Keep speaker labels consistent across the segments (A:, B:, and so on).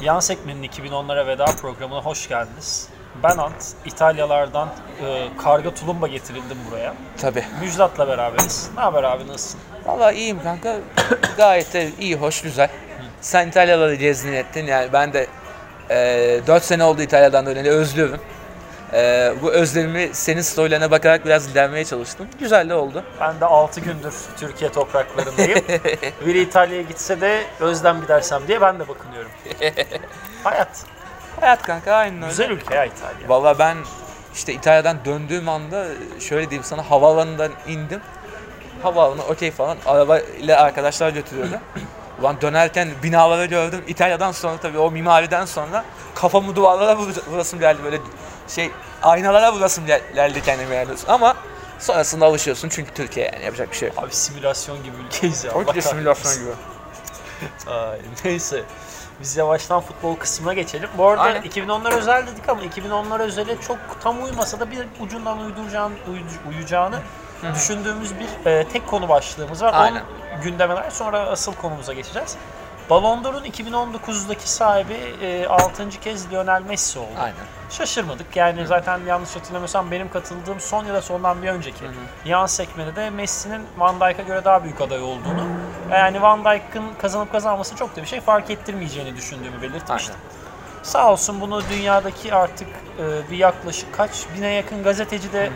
A: Yan Sekmen'in 2010'lara veda programına hoş geldiniz. Ben Ant, İtalyalardan e, karga tulumba getirildim buraya.
B: Tabii.
A: Müjdat'la beraberiz. Ne haber abi nasılsın?
B: Valla iyiyim kanka. Gayet de iyi, hoş, güzel. Sen İtalyaları gezgin ettin yani ben de e, 4 sene oldu İtalya'dan döneli özlüyorum. E, bu özlemimi senin storylerine bakarak biraz gidermeye çalıştım. Güzel de oldu.
A: Ben de 6 gündür Türkiye topraklarındayım. Biri İtalya'ya gitse de özlem gidersem diye ben de bakınıyorum. Hayat.
B: Hayat kanka aynen öyle.
A: Güzel ülke ya İtalya.
B: Valla ben işte İtalya'dan döndüğüm anda şöyle diyeyim sana havaalanından indim. Havaalanı okey falan araba ile arkadaşlar götürüyordu. Ulan dönerken binaları gördüm. İtalya'dan sonra tabii o mimariden sonra kafamı duvarlara vur- vurasım geldi böyle şey aynalara vurasım gel- geldi kendime yani. Ama sonrasında alışıyorsun çünkü Türkiye yani yapacak bir şey yok.
A: Abi simülasyon gibi ülkeyiz ya.
B: Çok
A: Allah
B: bir simülasyon gibi.
A: Ay, neyse. Biz yavaştan futbol kısmına geçelim. Bu arada
B: Aynen.
A: 2010'lar özel dedik ama 2010'lar özele çok tam uymasa da bir ucundan uyduracağını, uyuc- uyacağını düşündüğümüz bir e, tek konu başlığımız var.
B: Aynen.
A: Onu gündemeler sonra asıl konumuza geçeceğiz. Ballon d'Or'un 2019'daki sahibi e, 6. kez Lionel Messi oldu.
B: Aynen.
A: Şaşırmadık. Yani zaten yanlış hatırlamıyorsam benim katıldığım son ya da sondan bir önceki yan sekmede de Messi'nin Van Dijk'a göre daha büyük aday olduğunu yani Van Dijk'ın kazanıp kazanması çok da bir şey fark ettirmeyeceğini düşündüğümü belirtmiştim. Sağ olsun bunu dünyadaki artık e, bir yaklaşık kaç bine yakın gazeteci de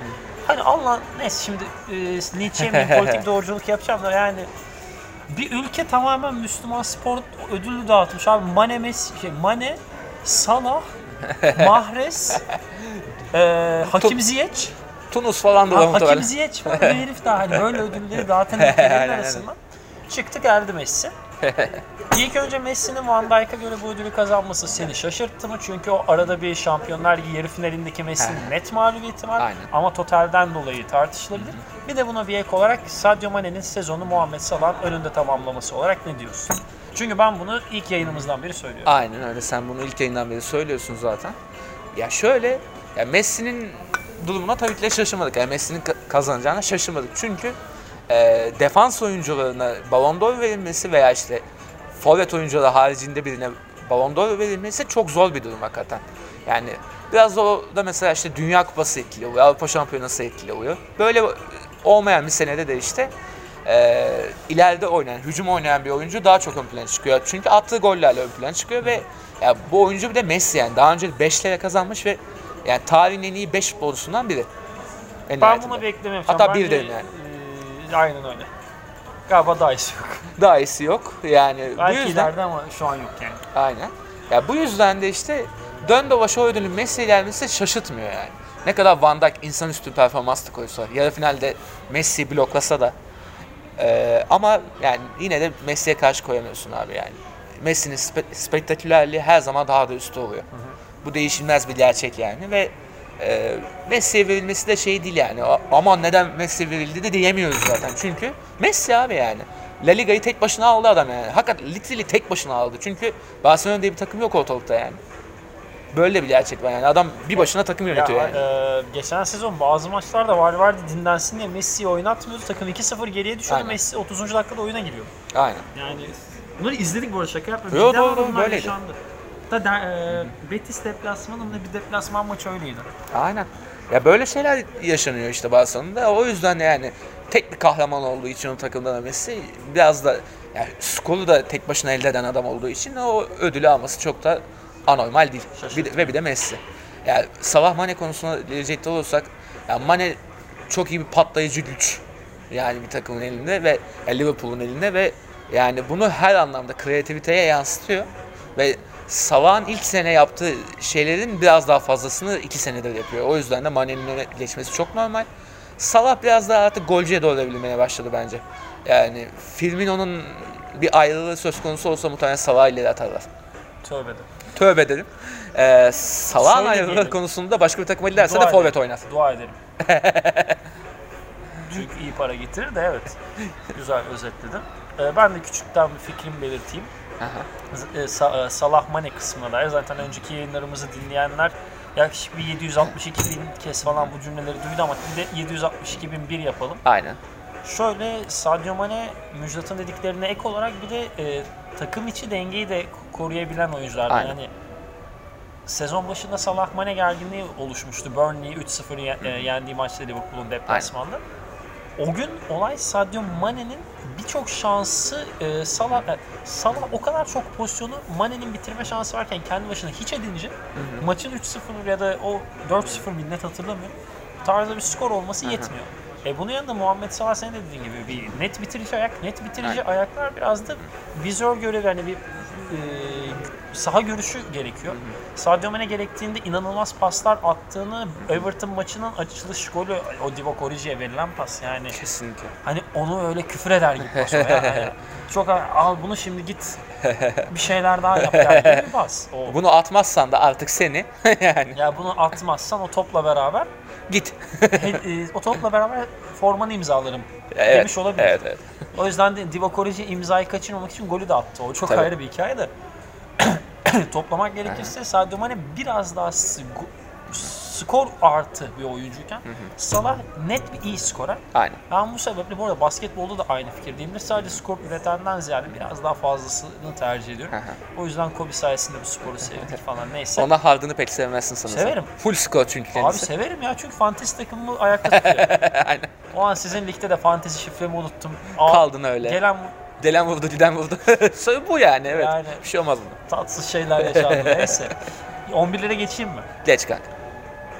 A: hani Allah neyse şimdi e, Nietzsche'ye miyim, politik doğruculuk yapacağım da yani bir ülke tamamen Müslüman spor ödülü dağıtmış abi. Mane Messi, şey, Mane, Salah, Mahrez, e, Hakim Ziyech.
B: Tunus falan da
A: Ha,
B: var
A: Hakim
B: muhtemelen.
A: Ziyech var. Bir herif daha hani böyle ödülleri dağıtan ülkelerin
B: Aynen,
A: arasından. Çıktı geldi Messi. İlk önce Messi'nin Van Dijk'a göre bu ödülü kazanması seni şaşırttı mı? Çünkü o arada bir Şampiyonlar Ligi yarı finalindeki Messi'nin net mağlubiyeti var.
B: Aynen.
A: Ama totalden dolayı tartışılabilir. Bir de buna bir ek olarak Sadio Mane'nin sezonu Muhammed Salah'ın önünde tamamlaması olarak ne diyorsun? Çünkü ben bunu ilk yayınımızdan beri söylüyorum.
B: Aynen öyle. Sen bunu ilk yayından beri söylüyorsun zaten. Ya şöyle, ya Messi'nin durumuna tabii ki de şaşırmadık. Yani Messi'nin ka- kazanacağına şaşırmadık. Çünkü e, defans oyuncularına Ballon d'Or verilmesi veya işte forvet oyuncuları haricinde birine Ballon d'Or verilmesi çok zor bir durum hakikaten. Yani biraz da orada mesela işte Dünya Kupası etkili oluyor, Avrupa Şampiyonası etkili oluyor. Böyle olmayan bir senede de işte e, ileride oynayan, hücum oynayan bir oyuncu daha çok ön plana çıkıyor. Çünkü attığı gollerle ön plana çıkıyor ve ya bu oyuncu bir de Messi yani daha önce 5 lira kazanmış ve yani tarihin en iyi 5 futbolcusundan biri. En
A: Ben
B: nihayetinde.
A: bunu beklemiyorum.
B: Hatta
A: Bence,
B: bir derim yani.
A: e, aynen öyle. Galiba daha iyisi yok.
B: Daha iyisi yok. Yani
A: Belki
B: bu yüzden
A: ileride ama şu an yok yani.
B: Aynen. Ya bu yüzden de işte dön dolaş o ödülün Messi'ye gelmesi şaşırtmıyor yani. Ne kadar Van Dijk insanüstü performans da koysa, yarı finalde Messi'yi bloklasa da eee, Ee, ama yani yine de Messi'ye karşı koyamıyorsun abi yani. Messi'nin spe- spektakülerliği her zaman daha da üstü oluyor. Bu değişilmez bir gerçek yani ve eee Messi'ye verilmesi de şey değil yani. A- Aman neden Messi verildi de diyemiyoruz zaten. Çünkü Messi abi yani. La Liga'yı tek başına aldı adam yani. Hakikaten literally tek başına aldı. Çünkü Barcelona diye bir takım yok ortalıkta yani. Böyle bir gerçek var yani. Adam bir başına takım
A: Ya,
B: yönetiyor yani.
A: e, geçen sezon bazı maçlarda var vardı dinlensin diye Messi'yi oynatmıyordu. Takım 2-0 geriye düşüyordu.
B: Aynen.
A: Messi 30. dakikada oyuna giriyor.
B: Aynen.
A: Yani bunları izledik bu arada şaka yapmıyorum.
B: Yo,
A: Cidden
B: doğru, doğru,
A: bunlar
B: böyleydi.
A: yaşandı. Da de- e, Betis deplasmanı mı ne bir deplasman maçı öyleydi.
B: Aynen. Ya böyle şeyler yaşanıyor işte Barcelona'da. O yüzden yani tek bir kahraman olduğu için o takımdan Messi biraz da yani skoru da tek başına elde eden adam olduğu için o ödülü alması çok da anormal değil. Bir de- ve bir de Messi. Yani Salah Mane konusuna gelecek olursak yani Mane çok iyi bir patlayıcı güç. Yani bir takımın elinde ve yani Liverpool'un elinde ve yani bunu her anlamda kreativiteye yansıtıyor. Ve Salah'ın ilk sene yaptığı şeylerin biraz daha fazlasını iki senedir yapıyor. O yüzden de Mane'nin öne geçmesi çok normal. Salah biraz daha artık golcüye doğru evrilmeye başladı bence. Yani Firmino'nun bir ayrılığı söz konusu olsa muhtemelen Salah'ı ileri atarlar.
A: Tövbe de.
B: Tövbe dedim. Ee, Salah'ın
A: Şöyle
B: ayrılığı
A: diyelim.
B: konusunda başka bir takıma giderse
A: Dua
B: de forvet
A: ederim.
B: oynar.
A: Dua ederim. Çünkü iyi para getirir de evet. Güzel özetledim. E, ben de küçükten bir fikrimi belirteyim.
B: Aha.
A: Z- e, Sa- e, Salah Mane kısmına dair zaten önceki yayınlarımızı dinleyenler yaklaşık bir 762 bin kez falan bu cümleleri duydu ama bir de 762 bin bir yapalım.
B: Aynen.
A: Şöyle Sadio Mane, Müjdat'ın dediklerine ek olarak bir de e, takım içi dengeyi de koruyabilen oyunculardan.
B: Aynen.
A: Yani sezon başında Salah Mane gerginliği oluşmuştu. Burnley 3-0 ye- e, yendiği maçta Liverpool'un deplasmanda. O gün olay Sadio Mane'nin birçok şansı e, Salah, e, Salah o kadar çok pozisyonu Mane'nin bitirme şansı varken kendi başına hiç edince maçın 3-0 ya da o 4-0 bir net hatırlamıyorum. Bu tarzda bir skor olması yetmiyor. E bunun yanında Muhammed Salah senin de dediğin gibi bir net bitirici ayak, net bitirici
B: Aynen.
A: ayaklar biraz da vizör görevi yani bir e, saha görüşü gerekiyor. Sadio Mane gerektiğinde inanılmaz paslar attığını Everton maçının açılış golü o Divock Origi'ye verilen pas yani.
B: Kesinlikle.
A: Hani onu öyle küfür eder gibi pas o ya. Hani çok al bunu şimdi git bir şeyler daha yap der gibi bir pas. O.
B: Bunu atmazsan da artık seni yani
A: Ya bunu atmazsan o topla beraber
B: git.
A: he- e, o topla beraber formanı imzalarım
B: Evet,
A: demiş olabilir.
B: Evet evet.
A: O yüzden de Divock Origi imzayı kaçırmamak için golü de attı. O çok
B: Tabii.
A: ayrı bir hikaye de. Toplamak gerekirse Sadio Mane biraz daha s- go- skor artı bir oyuncuyken Salah net bir iyi skorer.
B: Aynen.
A: Ben bu sebeple bu arada basketbolda da aynı fikirdeyimdir. Sadece skor üretenden ziyade biraz daha fazlasını tercih ediyorum.
B: Hı hı.
A: O yüzden Kobe sayesinde bu sporu sevdik falan neyse.
B: Ona hardını pek sevmezsin sanırım.
A: Severim.
B: Full score çünkü
A: Abi
B: kendisi.
A: severim ya çünkü fantasy takımımı ayakta tutuyor.
B: Aynen.
A: o an sizin ligde de fantasy şifremi unuttum. Aa,
B: Kaldın öyle.
A: Gelen
B: Delen vurdu, diden vurdu. Sonra bu yani evet.
A: Yani.
B: Bir şey olmaz bunda.
A: tatsız şeyler yaşandı neyse. 11'lere geçeyim mi?
B: Geç kanka.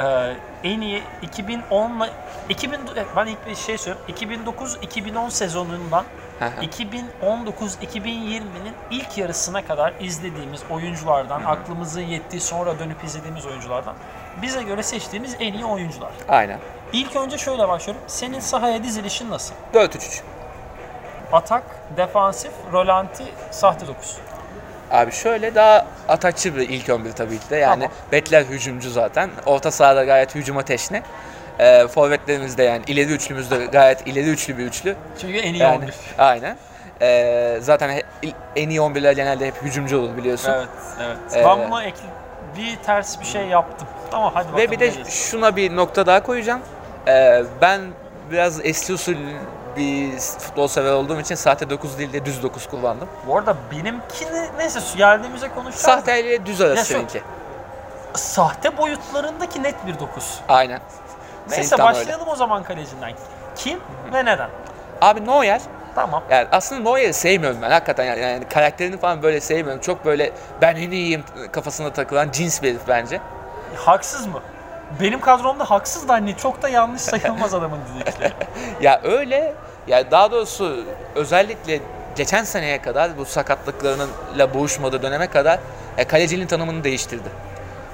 A: Ee, en iyi 2010 2000 ben ilk bir şey söyleyeyim. 2009 2010 sezonundan
B: Hı hı.
A: 2019-2020'nin ilk yarısına kadar izlediğimiz oyunculardan, aklımızın yettiği sonra dönüp izlediğimiz oyunculardan bize göre seçtiğimiz en iyi oyuncular.
B: Aynen.
A: İlk önce şöyle başlıyorum. Senin sahaya dizilişin nasıl?
B: 4-3-3.
A: Atak, defansif, rölanti, sahte dokuz.
B: Abi şöyle daha atakçı bir ilk 11 tabii ki de. Yani
A: Tamam.
B: bekler hücumcu zaten. Orta sahada gayet hücum ateşli. Ee, forvetlerimiz de yani ileri üçlümüzde gayet ileri üçlü bir üçlü.
A: Çünkü en iyi
B: Yani,
A: 11.
B: aynen. Ee, zaten he- il- en iyi 11'ler genelde hep hücumcu olur biliyorsun.
A: Evet, evet.
B: Ee,
A: ben buna ekli bir ters bir şey yaptım. Ama hadi bakalım.
B: Ve bir de
A: ne diyorsun?
B: şuna bir nokta daha koyacağım. Ee, ben biraz eski usul bir futbol sever olduğum için sahte 9 değil de düz 9 kullandım.
A: Bu arada benimkini neyse geldiğimize konuşacağız.
B: Sahte ile düz arası
A: Ya şu-
B: seninki.
A: Sahte boyutlarındaki net bir dokuz.
B: Aynen.
A: Neyse
B: Senin tam öyle.
A: başlayalım o zaman kalecinden. Kim ve neden?
B: Abi Neuer
A: Tamam.
B: Yani aslında Neuer'i sevmiyorum ben hakikaten yani, yani karakterini falan böyle sevmiyorum. Çok böyle ben en iyiyim kafasında takılan cins bir herif bence.
A: Haksız mı? Benim kadromda haksız da hani çok da yanlış sayılmaz adamın dedikleri.
B: Ya öyle ya daha doğrusu özellikle geçen seneye kadar bu sakatlıklarıyla boğuşmadığı döneme kadar e, kalecinin tanımını değiştirdi.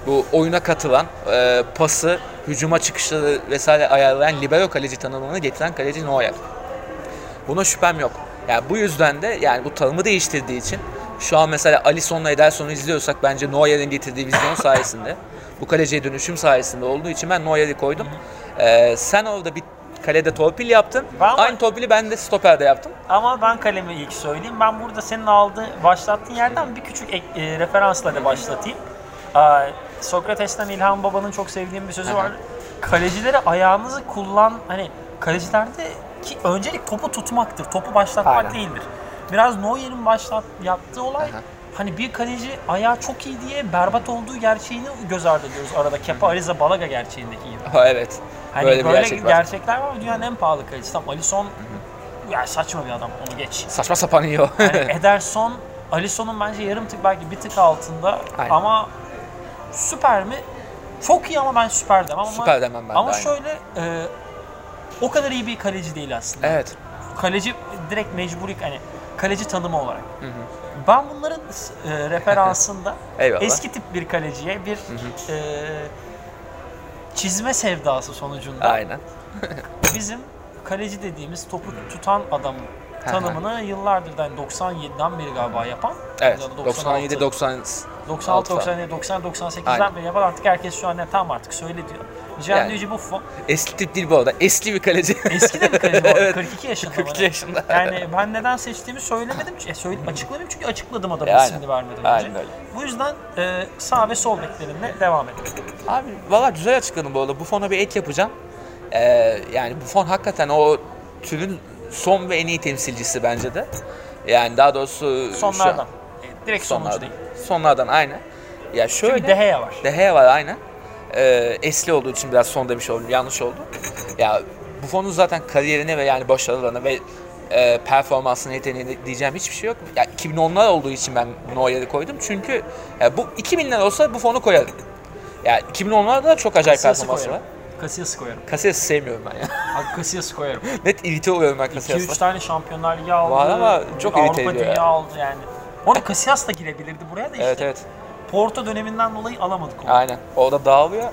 B: Bu oyuna katılan, e, pası, hücuma çıkışları vesaire ayarlayan libero kaleci tanımını getiren kaleci Neuer. Buna şüphem yok. Yani bu yüzden de yani bu tanımı değiştirdiği için şu an mesela Alisson'la Ederson'u izliyorsak bence Neuer'in getirdiği vizyon sayesinde bu kaleciye dönüşüm sayesinde olduğu için ben Neuer'i koydum. Ee, sen orada bir kalede torpil yaptın.
A: Ben-
B: Aynı torpili ben de stoperde yaptım.
A: Ama ben kalemi ilk söyleyeyim. Ben burada senin aldığı, başlattığın yerden bir küçük ek, e, referansla da başlatayım. Aa, Sokrates'ten İlhan Baba'nın çok sevdiğim bir sözü var. Kalecilere ayağınızı kullan, hani kalecilerde ki öncelik topu tutmaktır, topu başlatmak
B: Aynen.
A: değildir. Biraz Neuer'in başlat yaptığı olay
B: Aha.
A: hani bir kaleci ayağı çok iyi diye berbat olduğu gerçeğini göz ardı ediyoruz arada. Kepa Arıza Balaga gerçeğindeki gibi.
B: Ha, evet.
A: Hani
B: böyle
A: böyle,
B: bir gerçek var.
A: gerçekler var. Dünyanın en pahalı kalecisi. Tamam Alisson ya saçma bir adam onu geç.
B: Saçma sapan iyi o.
A: Yani Ederson, Alisson'un bence yarım tık belki bir tık altında
B: Aynen.
A: ama süper mi? Çok iyi ama ben süper demem ama
B: Süper demem ben de,
A: ama
B: aynen.
A: şöyle e, o kadar iyi bir kaleci değil aslında.
B: evet.
A: Kaleci direkt mecburi hani kaleci tanımı olarak. Ben bunların e, referansında
B: Eyvallah.
A: eski tip bir kaleciye bir e, çizme sevdası sonucunda
B: Aynen.
A: bizim kaleci dediğimiz topu tutan adam tanımını yıllardır yani 97'den beri galiba yapan.
B: Evet.
A: ya da
B: 97 90
A: 96 97
B: falan.
A: 90 98'den
B: Aynen.
A: beri yapan artık herkes şu an "Ne, tamam artık söyle diyor.
B: Yani.
A: Gianluigi Buffon
B: Eski tip değil bu arada. Eski bir kaleci.
A: eski de bir kaleci bu arada,
B: Evet.
A: 42 yaşında.
B: 42
A: bana.
B: yaşında.
A: Yani ben neden seçtiğimi söylemedim. E, söyle, açıklamayayım çünkü açıkladım adamın
B: E, aynen.
A: ismini vermeden önce.
B: Aynen öyle.
A: Bu yüzden e, sağ ve sol beklerimle devam edelim.
B: Abi valla güzel açıkladın bu arada. Buffon'a bir ek yapacağım. Ee, yani Buffon hakikaten o türün son ve en iyi temsilcisi bence de. Yani daha doğrusu şu an-
A: Sonlardan. E, Direkt sonuncu
B: sonlardan.
A: değil.
B: Sonlardan aynı. Ya şöyle
A: Çünkü Deheye var.
B: Deheye var aynen. Ee, esli olduğu için biraz son demiş oldum. Yanlış oldu. ya Buffon'un zaten kariyerine ve yani başarılarına ve e, performansına yeteneğine diyeceğim hiçbir şey yok. Ya 2010'lar olduğu için ben Neuer'i koydum. Çünkü ya bu 2000'ler olsa Buffon'u koyardım. Ya 2010'larda da çok acayip
A: Casillas'ı
B: performansı var.
A: koyarım. Casillas'ı koyarım.
B: Casillas'ı sevmiyorum ben ya.
A: Abi Casillas'ı koyarım.
B: Net irite oluyorum ben
A: 2-3
B: Casillas'la.
A: tane Şampiyonlar Ligi aldı.
B: Var ama çok
A: Avrupa
B: irite ediyor
A: Dünya
B: ya.
A: aldı yani. Orada Casillas da girebilirdi buraya da işte.
B: Evet evet.
A: Porto döneminden dolayı alamadık onu.
B: Aynen. Orada dağılıyor.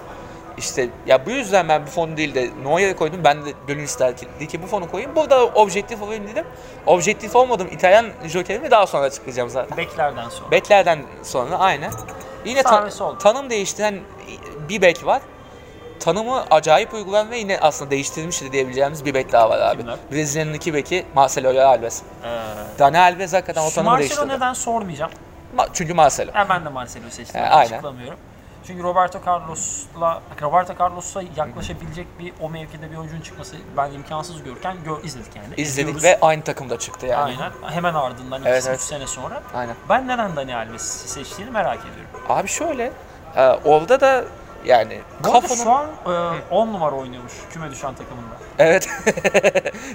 B: İşte ya bu yüzden ben bu fonu değil de Neuer'i koydum. Ben de gönül isterdi ki bu fonu koyayım. Burada objektif olayım dedim. Objektif olmadım. İtalyan jokerimi daha sonra açıklayacağım zaten.
A: Beklerden sonra.
B: Beklerden sonra aynı. Yine ta-
A: Sarı sol.
B: tanım değiştiren bir bek var. Tanımı acayip uygulayan ve yine aslında değiştirilmiş de diyebileceğimiz bir bek daha var abi.
A: Kimler?
B: Brezilya'nın iki beki Marcelo Alves.
A: Ee,
B: Dani Alves hakikaten o tanımı
A: Marcelo
B: değiştirdi.
A: neden sormayacağım.
B: Ma- çünkü Marcelo.
A: Ya ben de Marcelo'yu seçtim.
B: E, aynen.
A: Açıklamıyorum. Çünkü Roberto Carlos'la Roberto Carlos'a yaklaşabilecek bir o mevkide bir oyuncunun çıkması ben imkansız görürken gör, izledik yani.
B: İzledik
A: İzliyoruz.
B: ve aynı takımda çıktı yani.
A: aynen hemen ardından 2-3
B: Evet, evet.
A: sene sonra.
B: Aynen.
A: Ben neden Dani Alves'i seçtiğini merak ediyorum.
B: Abi şöyle, e, orada da yani
A: Kafanın... Şu
B: kafanın...
A: an 10 numara oynuyormuş küme düşen takımında.
B: Evet.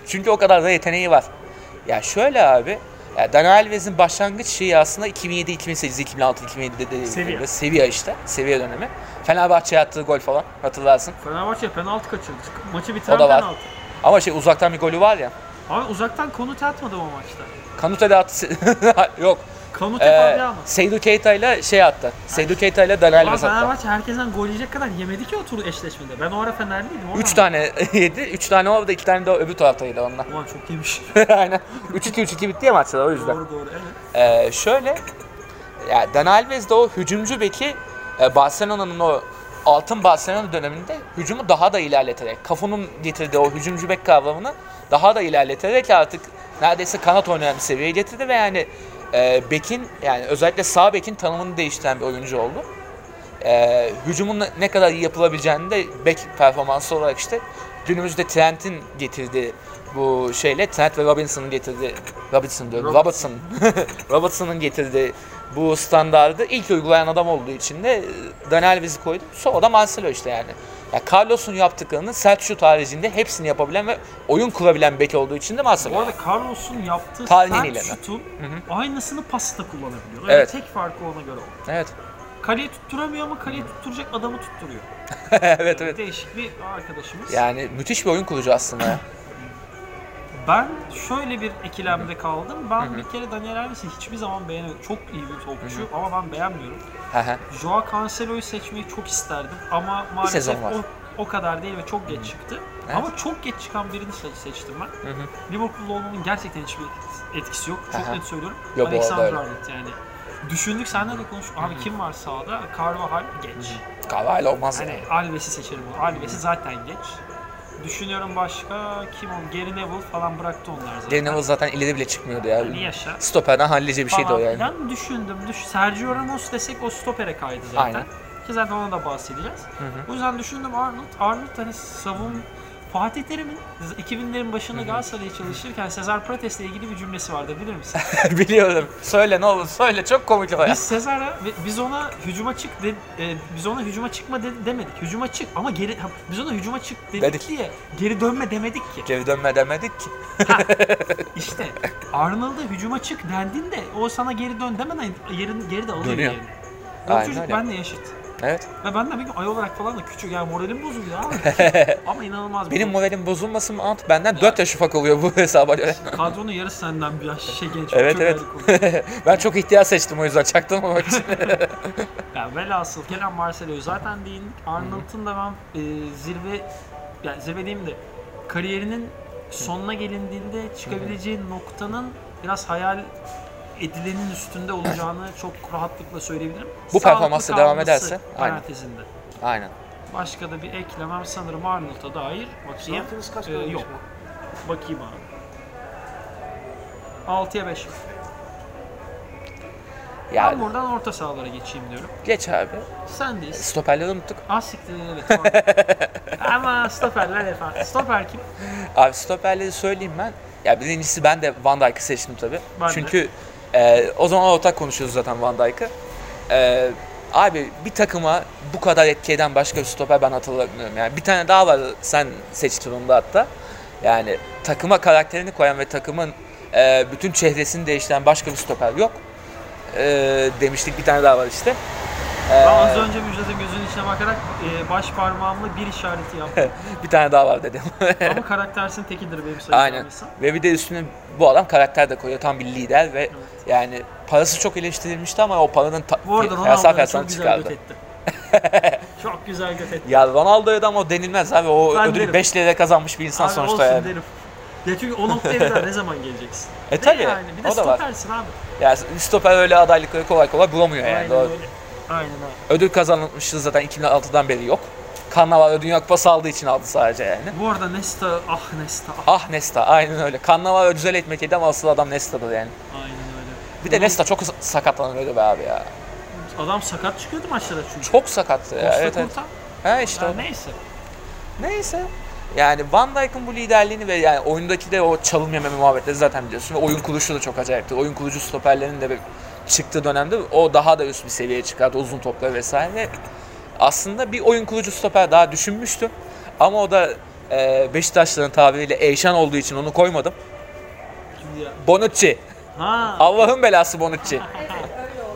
B: Çünkü o kadar da yeteneği var. Ya şöyle abi, ya Dani Alves'in başlangıç şeyi aslında 2007, 2008, 2006, 2007'de de
A: Sevilla.
B: Sevilla işte. Seviye dönemi. Fenerbahçe'ye attığı gol falan hatırlarsın.
A: Fenerbahçe penaltı kaçırdı. Maçı bitiren
B: O da var.
A: penaltı.
B: Ama şey uzaktan bir golü var ya.
A: Abi uzaktan Konute atmadı o maçta.
B: Kanute de attı. Yok.
A: Konute
B: E,
A: Fabiano.
B: Seydou Keita ile şey attı. Seydou Keita ile Dani
A: Abi
B: Alves attı.
A: Fenerbahçe herkesten gol yiyecek kadar yemedi ki o turu eşleşmede. Ben o ara Fenerliydim.
B: Üç tane yedi. Üç tane orada, iki tane de öbür taraftaydı ondan.
A: Ulan çok yemiş.
B: Aynen. 3-2-3-2 bitti ya maçta o yüzden.
A: doğru doğru evet.
B: Ee, şöyle, yani Dani Alves de o hücumcu beki e, Barcelona'nın o altın Barcelona döneminde hücumu daha da ilerleterek, Kafu'nun getirdiği o hücumcu bek kavramını daha da ilerleterek artık neredeyse kanat oynayan bir seviyeye getirdi ve yani e, bekin yani özellikle sağ bekin tanımını değiştiren bir oyuncu oldu. E, hücumun ne- ne kadar iyi yapılabileceğini de bek performansı olarak işte günümüzde Trent'in getirdiği bu şeyle Trent ve Robinson'ın getirdiği Robinson diyorum.
A: Robertson.
B: Robertson. Robertson'ın getirdiği bu standardı ilk uygulayan adam olduğu için de e, Dani Alves'i koydum. Sonra da Marcelo işte yani. Ya Carlos'un yaptıklarını sert şut haricinde hepsini yapabilen ve oyun kurabilen bek olduğu için de Marcelo.
A: Bu arada Carlos'un yaptığı
B: Tarihin
A: sert
B: ilerleme.
A: şutun
B: hı.
A: aynısını pasta kullanabiliyor. Yani
B: Evet.
A: Tek farkı ona göre o.
B: Evet.
A: Kaleye tutturamıyor ama kaleye tutturacak adamı tutturuyor.
B: evet evet.
A: Değişik bir arkadaşımız.
B: Yani müthiş bir oyun kurucu aslında. ya.
A: Ben şöyle bir ikilemde kaldım. Ben bir kere Daniel Alves'i hiçbir zaman beğenemedim. Çok iyi bir topçu ama ben beğenmiyorum.
B: Hı hı.
A: Joao Cancelo'yu seçmeyi çok isterdim ama maalesef
B: sezon var.
A: o, o kadar değil ve çok geç çıktı.
B: Evet.
A: Ama çok geç çıkan birini se- seçtim ben.
B: Hı hı.
A: Liverpool'da olmanın gerçekten hiçbir etkisi yok. Çok
B: Aha.
A: net söylüyorum.
B: Yo, bu arada
A: Alexander
B: öyle.
A: Arnold yani. Düşündük senle de konuş. Abi kim var sağda? Carvajal geç.
B: Carvalho olmaz yani.
A: Hani Alves'i seçerim. bunu. Alves'i zaten geç. Düşünüyorum başka kim o? Gary Neville falan bıraktı onlar zaten.
B: Gary Neville zaten ileri bile çıkmıyordu ya.
A: Hani yaşa.
B: Stoperden hallice bir şeydi o
A: falan
B: yani.
A: filan düşündüm. Düş Sergio Ramos desek o stopere kaydı zaten.
B: Aynen.
A: Ki zaten ona da bahsedeceğiz. O yüzden düşündüm Arnold. Arnold hani savun Fatih Terim'in 2000'lerin başında Galatasaray'a çalışırken Sezar Prates'le ilgili bir cümlesi vardı bilir misin?
B: Biliyorum. Söyle ne olur söyle. Çok komik o ya.
A: biz Sezar'a ve- biz ona hücuma çık de, e, biz ona hücuma çıkma de- demedik. Hücuma çık ama geri ha, biz ona hücuma çık dedik,
B: Dedik.
A: diye geri dönme demedik ki.
B: Geri dönme demedik ki.
A: İşte Arnold'a hücuma çık dendiğinde o sana geri dön demeden yerin geri de alıyor
B: Dönüyor.
A: yerini. O
B: Aynen
A: çocuk
B: öyle.
A: benle yaşıt.
B: Evet.
A: Ve ben de bir gün ay olarak falan da küçük yani moralim bozuluyor abi. Ama inanılmaz. bir
B: Benim moralim bozulmasın mı Ant? Benden 4 yaş ufak oluyor bu hesaba göre.
A: Kadronun yarısı senden bir yaş şey genç.
B: Evet,
A: çok
B: evet.
A: ayrı konu.
B: ben çok ihtiyar seçtim o yüzden çaktırmamak için.
A: yani velhasıl gelen Marcelo'yu zaten değindik. Arnold'un da ben e, zirve, yani zirve diyeyim de kariyerinin sonuna gelindiğinde çıkabileceği noktanın biraz hayal edilenin üstünde olacağını çok rahatlıkla söyleyebilirim.
B: Bu
A: Sağlıklı
B: performansla devam
A: kalması
B: ederse, aynen.
A: Parantezinde.
B: Aynen.
A: Başka da bir eklemem sanırım Arnold'a dair. Bakayım.
C: Saatimiz kaç
A: Ee,
C: kalmış
A: yok.
C: mı?
A: Bakayım abi. 6'ya 5.
B: Ya
A: Ben buradan orta sahalara geçeyim diyorum.
B: geç abi.
A: Sendeyiz.
B: Stoperleri unuttuk.
A: Ah siktir evet. pardon. Ama stoperler efendim. Stoper kim?
B: Abi stoperleri söyleyeyim ben. Ya birincisi ben de Van Dijk'ı seçtim tabii.
A: Ben de.
B: Çünkü e, o zaman ortak konuşuyoruz zaten Van Dijk'ı. E, abi bir takıma bu kadar etki eden başka bir stoper ben hatırlamıyorum. Yani bir tane daha var sen seçtin onu da hatta. Yani takıma karakterini koyan ve takımın e, bütün çehresini değiştiren başka bir stoper yok. E, demiştik bir tane daha var işte. E,
A: Ben az önce Müjdat'ın gözünün içine bakarak e, baş parmağımla bir işareti yaptım.
B: bir tane daha var dedim.
A: Ama karaktersin tekidir benim
B: Aynen.
A: sayacağım insan.
B: Ve bir de üstüne bu adam karakter de koyuyor. Tam bir lider ve yani parası çok eleştirilmişti ama o paranın ta-
A: Bu arada
B: fi-
A: Ronaldo'ya
B: fiyasal
A: çok güzel göt
B: çıkardı.
A: etti. çok güzel göt etti.
B: Ya Ronaldo'ya da ama o denilmez abi. O
A: Ben
B: ödülü
A: derim.
B: 5 liraya kazanmış bir insan
A: Abi
B: sonuçta
A: olsun
B: yani.
A: derim. Ya çünkü o noktaya bir daha ne zaman geleceksin?
B: E
A: Ne
B: tabii,
A: Yani? Bir de
B: o da var.
A: stopersin abi.
B: Ya stoper öyle adaylıkları kolay kolay bulamıyor yani.
A: Aynen
B: E, Doğru.
A: öyle. Aynen öyle.
B: Ödül kazanmışlığı zaten 2006'dan beri yok. Cannavaro Dünya Kupası aldığı için aldı sadece yani.
A: Bu arada Nesta, ah Nesta, ah.
B: Ah Nesta aynen öyle. Cannavaro güzel etmek yedi ama asıl adam Nesta'dır yani.
A: Aynen öyle.
B: Bir de
A: Oğlum,
B: Nesta çok sakatlanıyordu be abi ya.
A: Adam sakat çıkıyordu maçlara çünkü.
B: Çok sakattı ya.
A: Costa
B: Evet, evet.
A: Kurta.
B: Ha işte
A: Ya
B: o.
A: neyse.
B: Neyse. Yani Van Dijk'ın bu liderliğini ve yani oyundaki de o çalım yememe muhabbetleri zaten biliyorsun. Ve oyun kuruluşu da çok acayipti. Oyun kurucu stoperlerin de bir- çıktığı dönemde o daha da üst bir seviyeye çıkardı. Uzun topları vesaire. Aslında bir oyun kurucu stoper daha düşünmüştüm. Ama o da e, Beşiktaşların tabiriyle Eyşan olduğu için onu koymadım.
A: Şimdi ya.
B: Bonucci.
A: Ha.
B: Allah'ın belası Bonucci.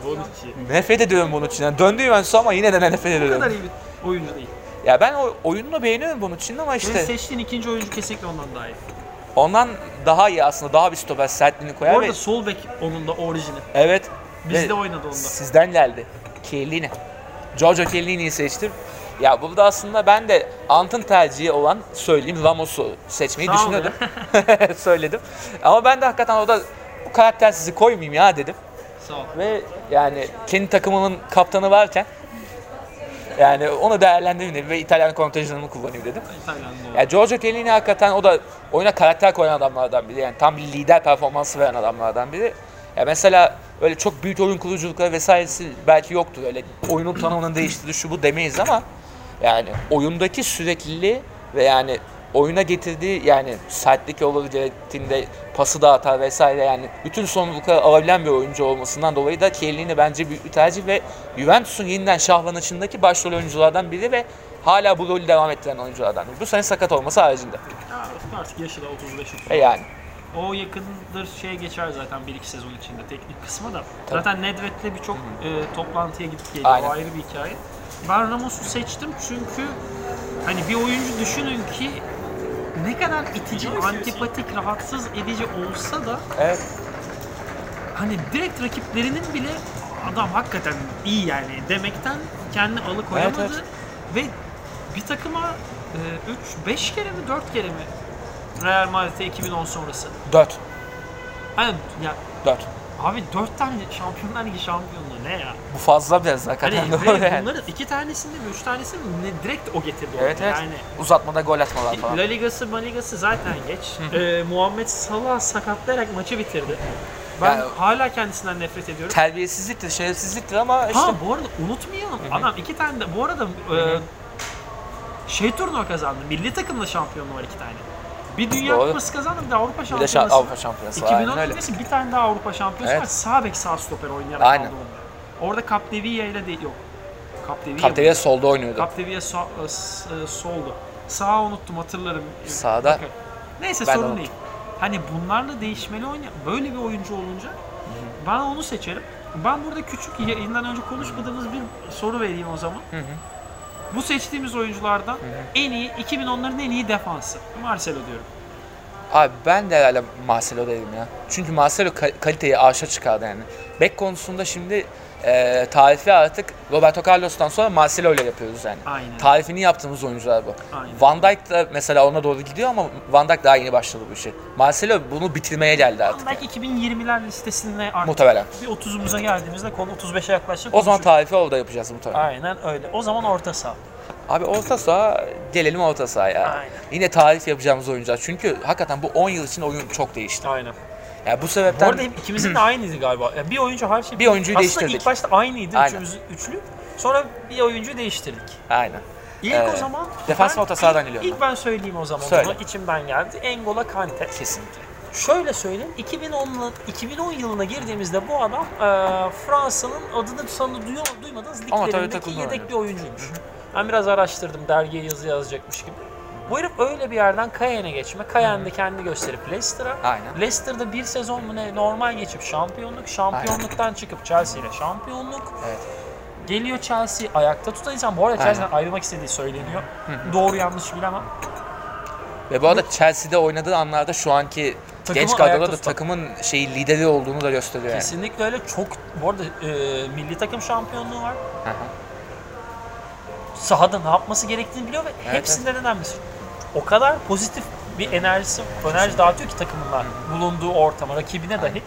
A: Bonucci.
B: nefret ediyorum Bonucci'den. Döndü Juventus'a ama yine de
A: Bu
B: nefret
A: kadar
B: ediyorum.
A: iyi bir oyuncu değil.
B: Ya ben o oyununu beğeniyorum Bonucci'nin ama işte...
A: Senin seçtiğin ikinci oyuncu kesinlikle ondan daha iyi.
B: Ondan daha iyi aslında. Daha bir stoper sertliğini
A: Bu
B: koyar
A: arada
B: ve...
A: sol bek onun da orijini.
B: Evet.
A: Bizde
B: ve
A: oynadı onda.
B: Sizden geldi. Chiellini. Giorgio Chiellini'yi seçtim. Ya burada aslında ben de Ant'ın tercihi olan söyleyeyim Ramos'u seçmeyi
A: Sağ ol
B: düşünüyordum. Söyledim. Ama ben de hakikaten o da bu karaktersizi koymayayım ya dedim.
A: Sağ ol.
B: Ve yani kendi takımımın kaptanı varken yani onu değerlendireyim dedim ve İtalyan kontenjanımı kullanayım dedim.
A: İtalyan'da o.
B: Ya Giorgio Chiellini hakikaten o da oyuna karakter koyan adamlardan biri. Yani tam bir lider performansı veren adamlardan biri. Ya mesela öyle çok büyük oyun kuruculukları vesairesi belki yoktur. Öyle oyunun tanımını değiştirdi şu bu demeyiz ama yani oyundaki sürekliliği ve yani oyuna getirdiği yani sertlik olur gerektiğinde pası da atar vesaire yani bütün sorumlulukları alabilen bir oyuncu olmasından dolayı da Chiellini bence büyük bir tercih ve Juventus'un yeniden şahlanışındaki başrol oyunculardan biri ve hala bu rolü devam ettiren oyunculardan biri. Bu sene sakat olması haricinde.
A: Ya artık yaşı da 35 30.
B: E yani
A: O yakındır şeye geçer zaten 1-2 sezon içinde teknik kısmı da. Zaten Nedved'le birçok e, toplantıya gidip geliyor.
B: Aynen.
A: O ayrı bir hikaye. Ben Ramos'u seçtim çünkü hani bir oyuncu düşünün ki ne kadar itici, antipatik, rahatsız edici olsa da
B: evet.
A: hani direkt rakiplerinin bile adam hakikaten iyi yani demekten kendini alıkoyamadı.
B: Evet,
A: Ve bir takıma 3-5 kere mi 4 kere mi Real Madrid'e 2010 sonrası.
B: 4.
A: Hani ya
B: 4.
A: abi 4 tane şampiyonlar ligi şampiyonluğu ne ya?
B: Bu fazla biraz hakikaten.
A: Hani
B: doğru
A: ve
B: yani.
A: bunların iki tanesinde mi üç tanesinde mi ne direkt o getirdi
B: Evet
A: oraya
B: evet.
A: yani.
B: Uzatmada gol atmalar falan.
A: La Ligası, Ma Ligası zaten geç. Ee, Muhammed Salah sakatlayarak maçı bitirdi. Ben
B: Yani-
A: hala kendisinden nefret ediyorum.
B: Terbiyesizliktir, şerefsizliktir ama işte
A: Ha bu arada unutmayalım. Adam iki tane de bu arada e, şey turnuva kazandı. Milli takımla şampiyonluğu var iki tane. Bir dünya
B: Doğru.
A: kupası kazandı bir de Avrupa
B: bir de şa-
A: şampiyonası.
B: Avrupa şampiyonası. aynen
A: 2010
B: öyle.
A: öncesi bir tane daha Avrupa şampiyonası
B: Evet.
A: var. Sağ bek sağ stoper oynayarak
B: Aynen.
A: aldı onu. Orada Capdevia ile değil yok. Capdevia.
B: Kapteya solda oynuyordu.
A: Capdevia so- e, s- e, soldu. Sağ unuttum hatırlarım. E,
B: Sağda.
A: bakın. Neyse
B: Ben de
A: sorun
B: unuttum.
A: değil. Hani bunlarla değişmeli oynayan böyle bir oyuncu olunca ben onu seçerim. Ben burada küçük yayından önce konuşmadığımız bir soru vereyim o zaman.
B: hı.
A: Bu seçtiğimiz oyunculardan en iyi 2010'ların en iyi defansı. Marcelo diyorum.
B: Abi ben de herhalde Marcelo dedim ya. Çünkü Marcelo ka- kaliteyi aşağı çıkardı yani. Bek konusunda şimdi e, tarifi artık Roberto Carlos'tan sonra Marcelo ile yapıyoruz yani.
A: Aynen.
B: Tarifini yaptığımız oyuncular bu.
A: Aynen.
B: Van Dijk da mesela ona doğru gidiyor ama Van Dijk daha yeni başladı bu işe. Marcelo bunu bitirmeye geldi artık.
A: Belki 2020'ler listesinde artık
B: Muhtemelen.
A: bir 30'umuza geldiğimizde konu 35'e yaklaştık.
B: O zaman tarifi orada yapacağız muhtemelen.
A: Aynen öyle. O zaman orta saha.
B: Abi orta saha gelelim orta sahaya.
A: Aynen.
B: Yine tarif yapacağımız oyuncular. Çünkü hakikaten bu 10 yıl için oyun çok değişti.
A: Aynen.
B: Yani bu
A: Bu
B: sebepten
A: arada hep ikimizin de aynıydı galiba. Yani bir oyuncu her şey.
B: Bir oyuncuyu
A: Aslında
B: değiştirdik.
A: ilk başta aynıydı
B: Aynen.
A: üçümüz üçlü. Sonra bir oyuncuyu değiştirdik.
B: aynen.
A: İlk
B: Ee,
A: o zaman
B: defans
A: ben-
B: orta sahadan geliyorum
A: İlk ben söyleyeyim o zaman
B: Söyle.
A: bunu. İçimden geldi. Engola Kante.
B: Kesinlikle.
A: Şöyle söyleyeyim. 2010'la 2010 yılına girdiğimizde bu adam e, Fransa'nın adını sanını duyuyor, duymadığınız
B: Ama tabii
A: liglerindeki
B: takımda
A: yedek
B: oynuyor.
A: bir oyuncuymuş. Ben biraz araştırdım dergiye yazı yazacakmış gibi. Bu herif öyle bir yerden Cayenne'e geçme. Cayenne'de kendi gösterip Leicester'a.
B: Hmm. Aynen.
A: Leicester'da bir sezon mu ne normal geçip şampiyonluk, şampiyonluktan çıkıp Chelsea ile şampiyonluk.
B: Evet.
A: Geliyor Chelsea ayakta tutan insan. Bu arada
B: Aynen.
A: Chelsea'den ayrılmak istediği söyleniyor. Doğru yanlış bilemem.
B: Ve bu arada Chelsea'de oynadığı anlarda şu anki
A: Takımı
B: genç
A: ayakta
B: kadroda da
A: tutan.
B: takımın şeyi lideri olduğunu da gösteriyor yani.
A: Kesinlikle öyle. Çok bu arada e, milli takım şampiyonluğu var.
B: Hı hı.
A: Sahada ne yapması gerektiğini biliyor ve hepsinde de önemli. O kadar pozitif bir enerjisi, enerji dağıtıyor ki takımına, bulunduğu ortama, rakibine dahi.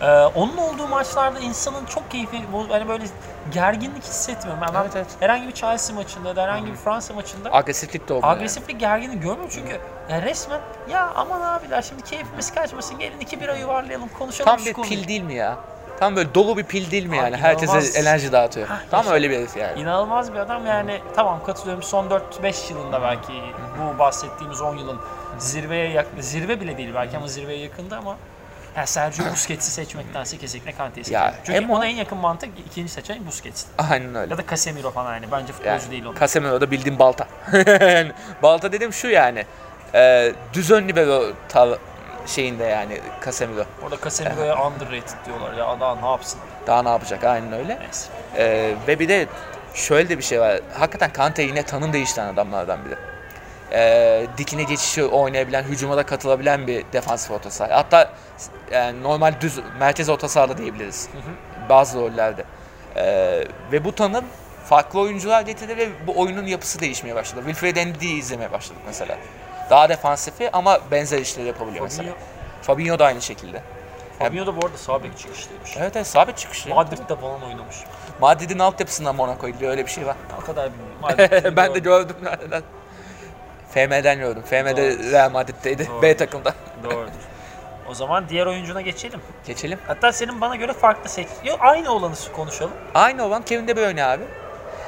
A: E, onun olduğu maçlarda insanın çok keyfi, bu- hani böyle gerginlik hissetmiyorum. Yani ben
B: Evet, evet.
A: herhangi bir Chelsea maçında ya da herhangi bir Fransa maçında
B: Agresiflik de olmuyor. yani.
A: Agresiflik gerginliği görmüyorum çünkü yani resmen ya aman abiler şimdi keyfimiz kaçmasın gelin 2 bira yuvarlayalım konuşalım
B: Tam
A: şu
B: bir
A: konuyu.
B: pil değil mi ya? Tam böyle dolu bir pil değil mi
A: Abi
B: yani? Herkese
A: inanılmaz.
B: enerji dağıtıyor.
A: Hah,
B: Tam
A: işte.
B: öyle bir herif yani.
A: İnanılmaz bir adam yani tamam katılıyorum son 4-5 yılında belki bu bahsettiğimiz 10 yılın zirveye yak zirve bile değil belki ama zirveye yakında ama yani Sergio Busquets'i seçmektense kesinlikle Kante'yi
B: Ya,
A: seçerim. Çünkü
B: hem o-
A: ona en yakın mantık ikinci seçenek Busquets'ti.
B: Aynen öyle.
A: Ya da Casemiro falan yani bence futbolcu
B: Yani
A: değil onun.
B: Casemiro da bildiğim balta. Yani balta dedim şu yani. E, düz ön libero tav- şeyinde yani Casemiro.
A: Orada Casemiro'ya underrated diyorlar ya adam ne yapsın.
B: Daha ne yapacak aynen öyle.
A: Neyse.
B: E, ve bir de şöyle de bir şey var. Hakikaten Kante yine tanın değiştiren adamlardan biri. E, dikine geçişi oynayabilen, hücuma da katılabilen bir defansif orta saha. Hatta yani normal düz merkez orta sahada diyebiliriz. Bazı rollerde. E, ve bu tanım farklı oyuncular getirdi ve bu oyunun yapısı değişmeye başladı. Wilfred Ndidi izlemeye başladık mesela. Daha defansifi ama benzer işleri yapabiliyor mesela.
A: Fabinho-
B: Fabinho da aynı şekilde.
A: Fabinho da bu arada sağ bek çıkışlıymış.
B: Evet evet sabit çıkışı.
A: Madrid'de falan oynamış.
B: Madrid'in altyapısından Monaco'ya gidiyor öyle bir şey var.
A: O kadar bilmiyorum. Madrid'i
B: ben de
A: gördüm.
B: gördüm nereden. FM'den gördüm. FM'de
A: Doğru.
B: Real Madrid'deydi.
A: Doğru.
B: B takımda.
A: Doğrudur. O zaman diğer oyuncuna geçelim.
B: Geçelim.
A: Hatta senin bana göre farklı seç. Yok aynı olanı konuşalım.
B: Aynı olan Kevin De Bruyne abi.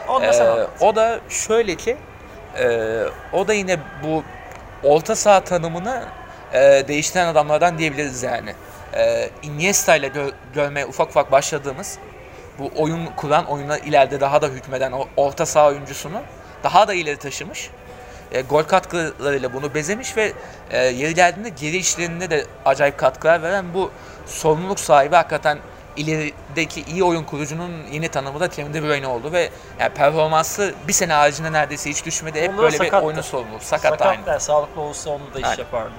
A: Ondan
B: Ee,
A: sen anlat.
B: o da şöyle ki ee, o da yine bu orta saha tanımını ee, değiştiren adamlardan diyebiliriz yani. Ee, Iniesta ile gö- görmeye ufak ufak başladığımız bu oyun kuran oyuna ileride daha da hükmeden o orta saha oyuncusunu daha da ileri taşımış. E, gol katkılarıyla bunu bezemiş ve e, yeri geldiğinde geri işlerinde de acayip katkılar veren bu sorumluluk sahibi hakikaten ilerideki iyi oyun kurucunun yeni tanımı da Kevin De Bruyne oldu ve yani performansı bir sene haricinde neredeyse hiç düşmedi. Hep
A: Onda da
B: böyle bir
A: sakattı.
B: oyunun sorumluluğu. Sakat,
A: Sakat
B: da aynı.
A: yani, sağlıklı olsa onu da iş
B: Aynen.
A: yapardı.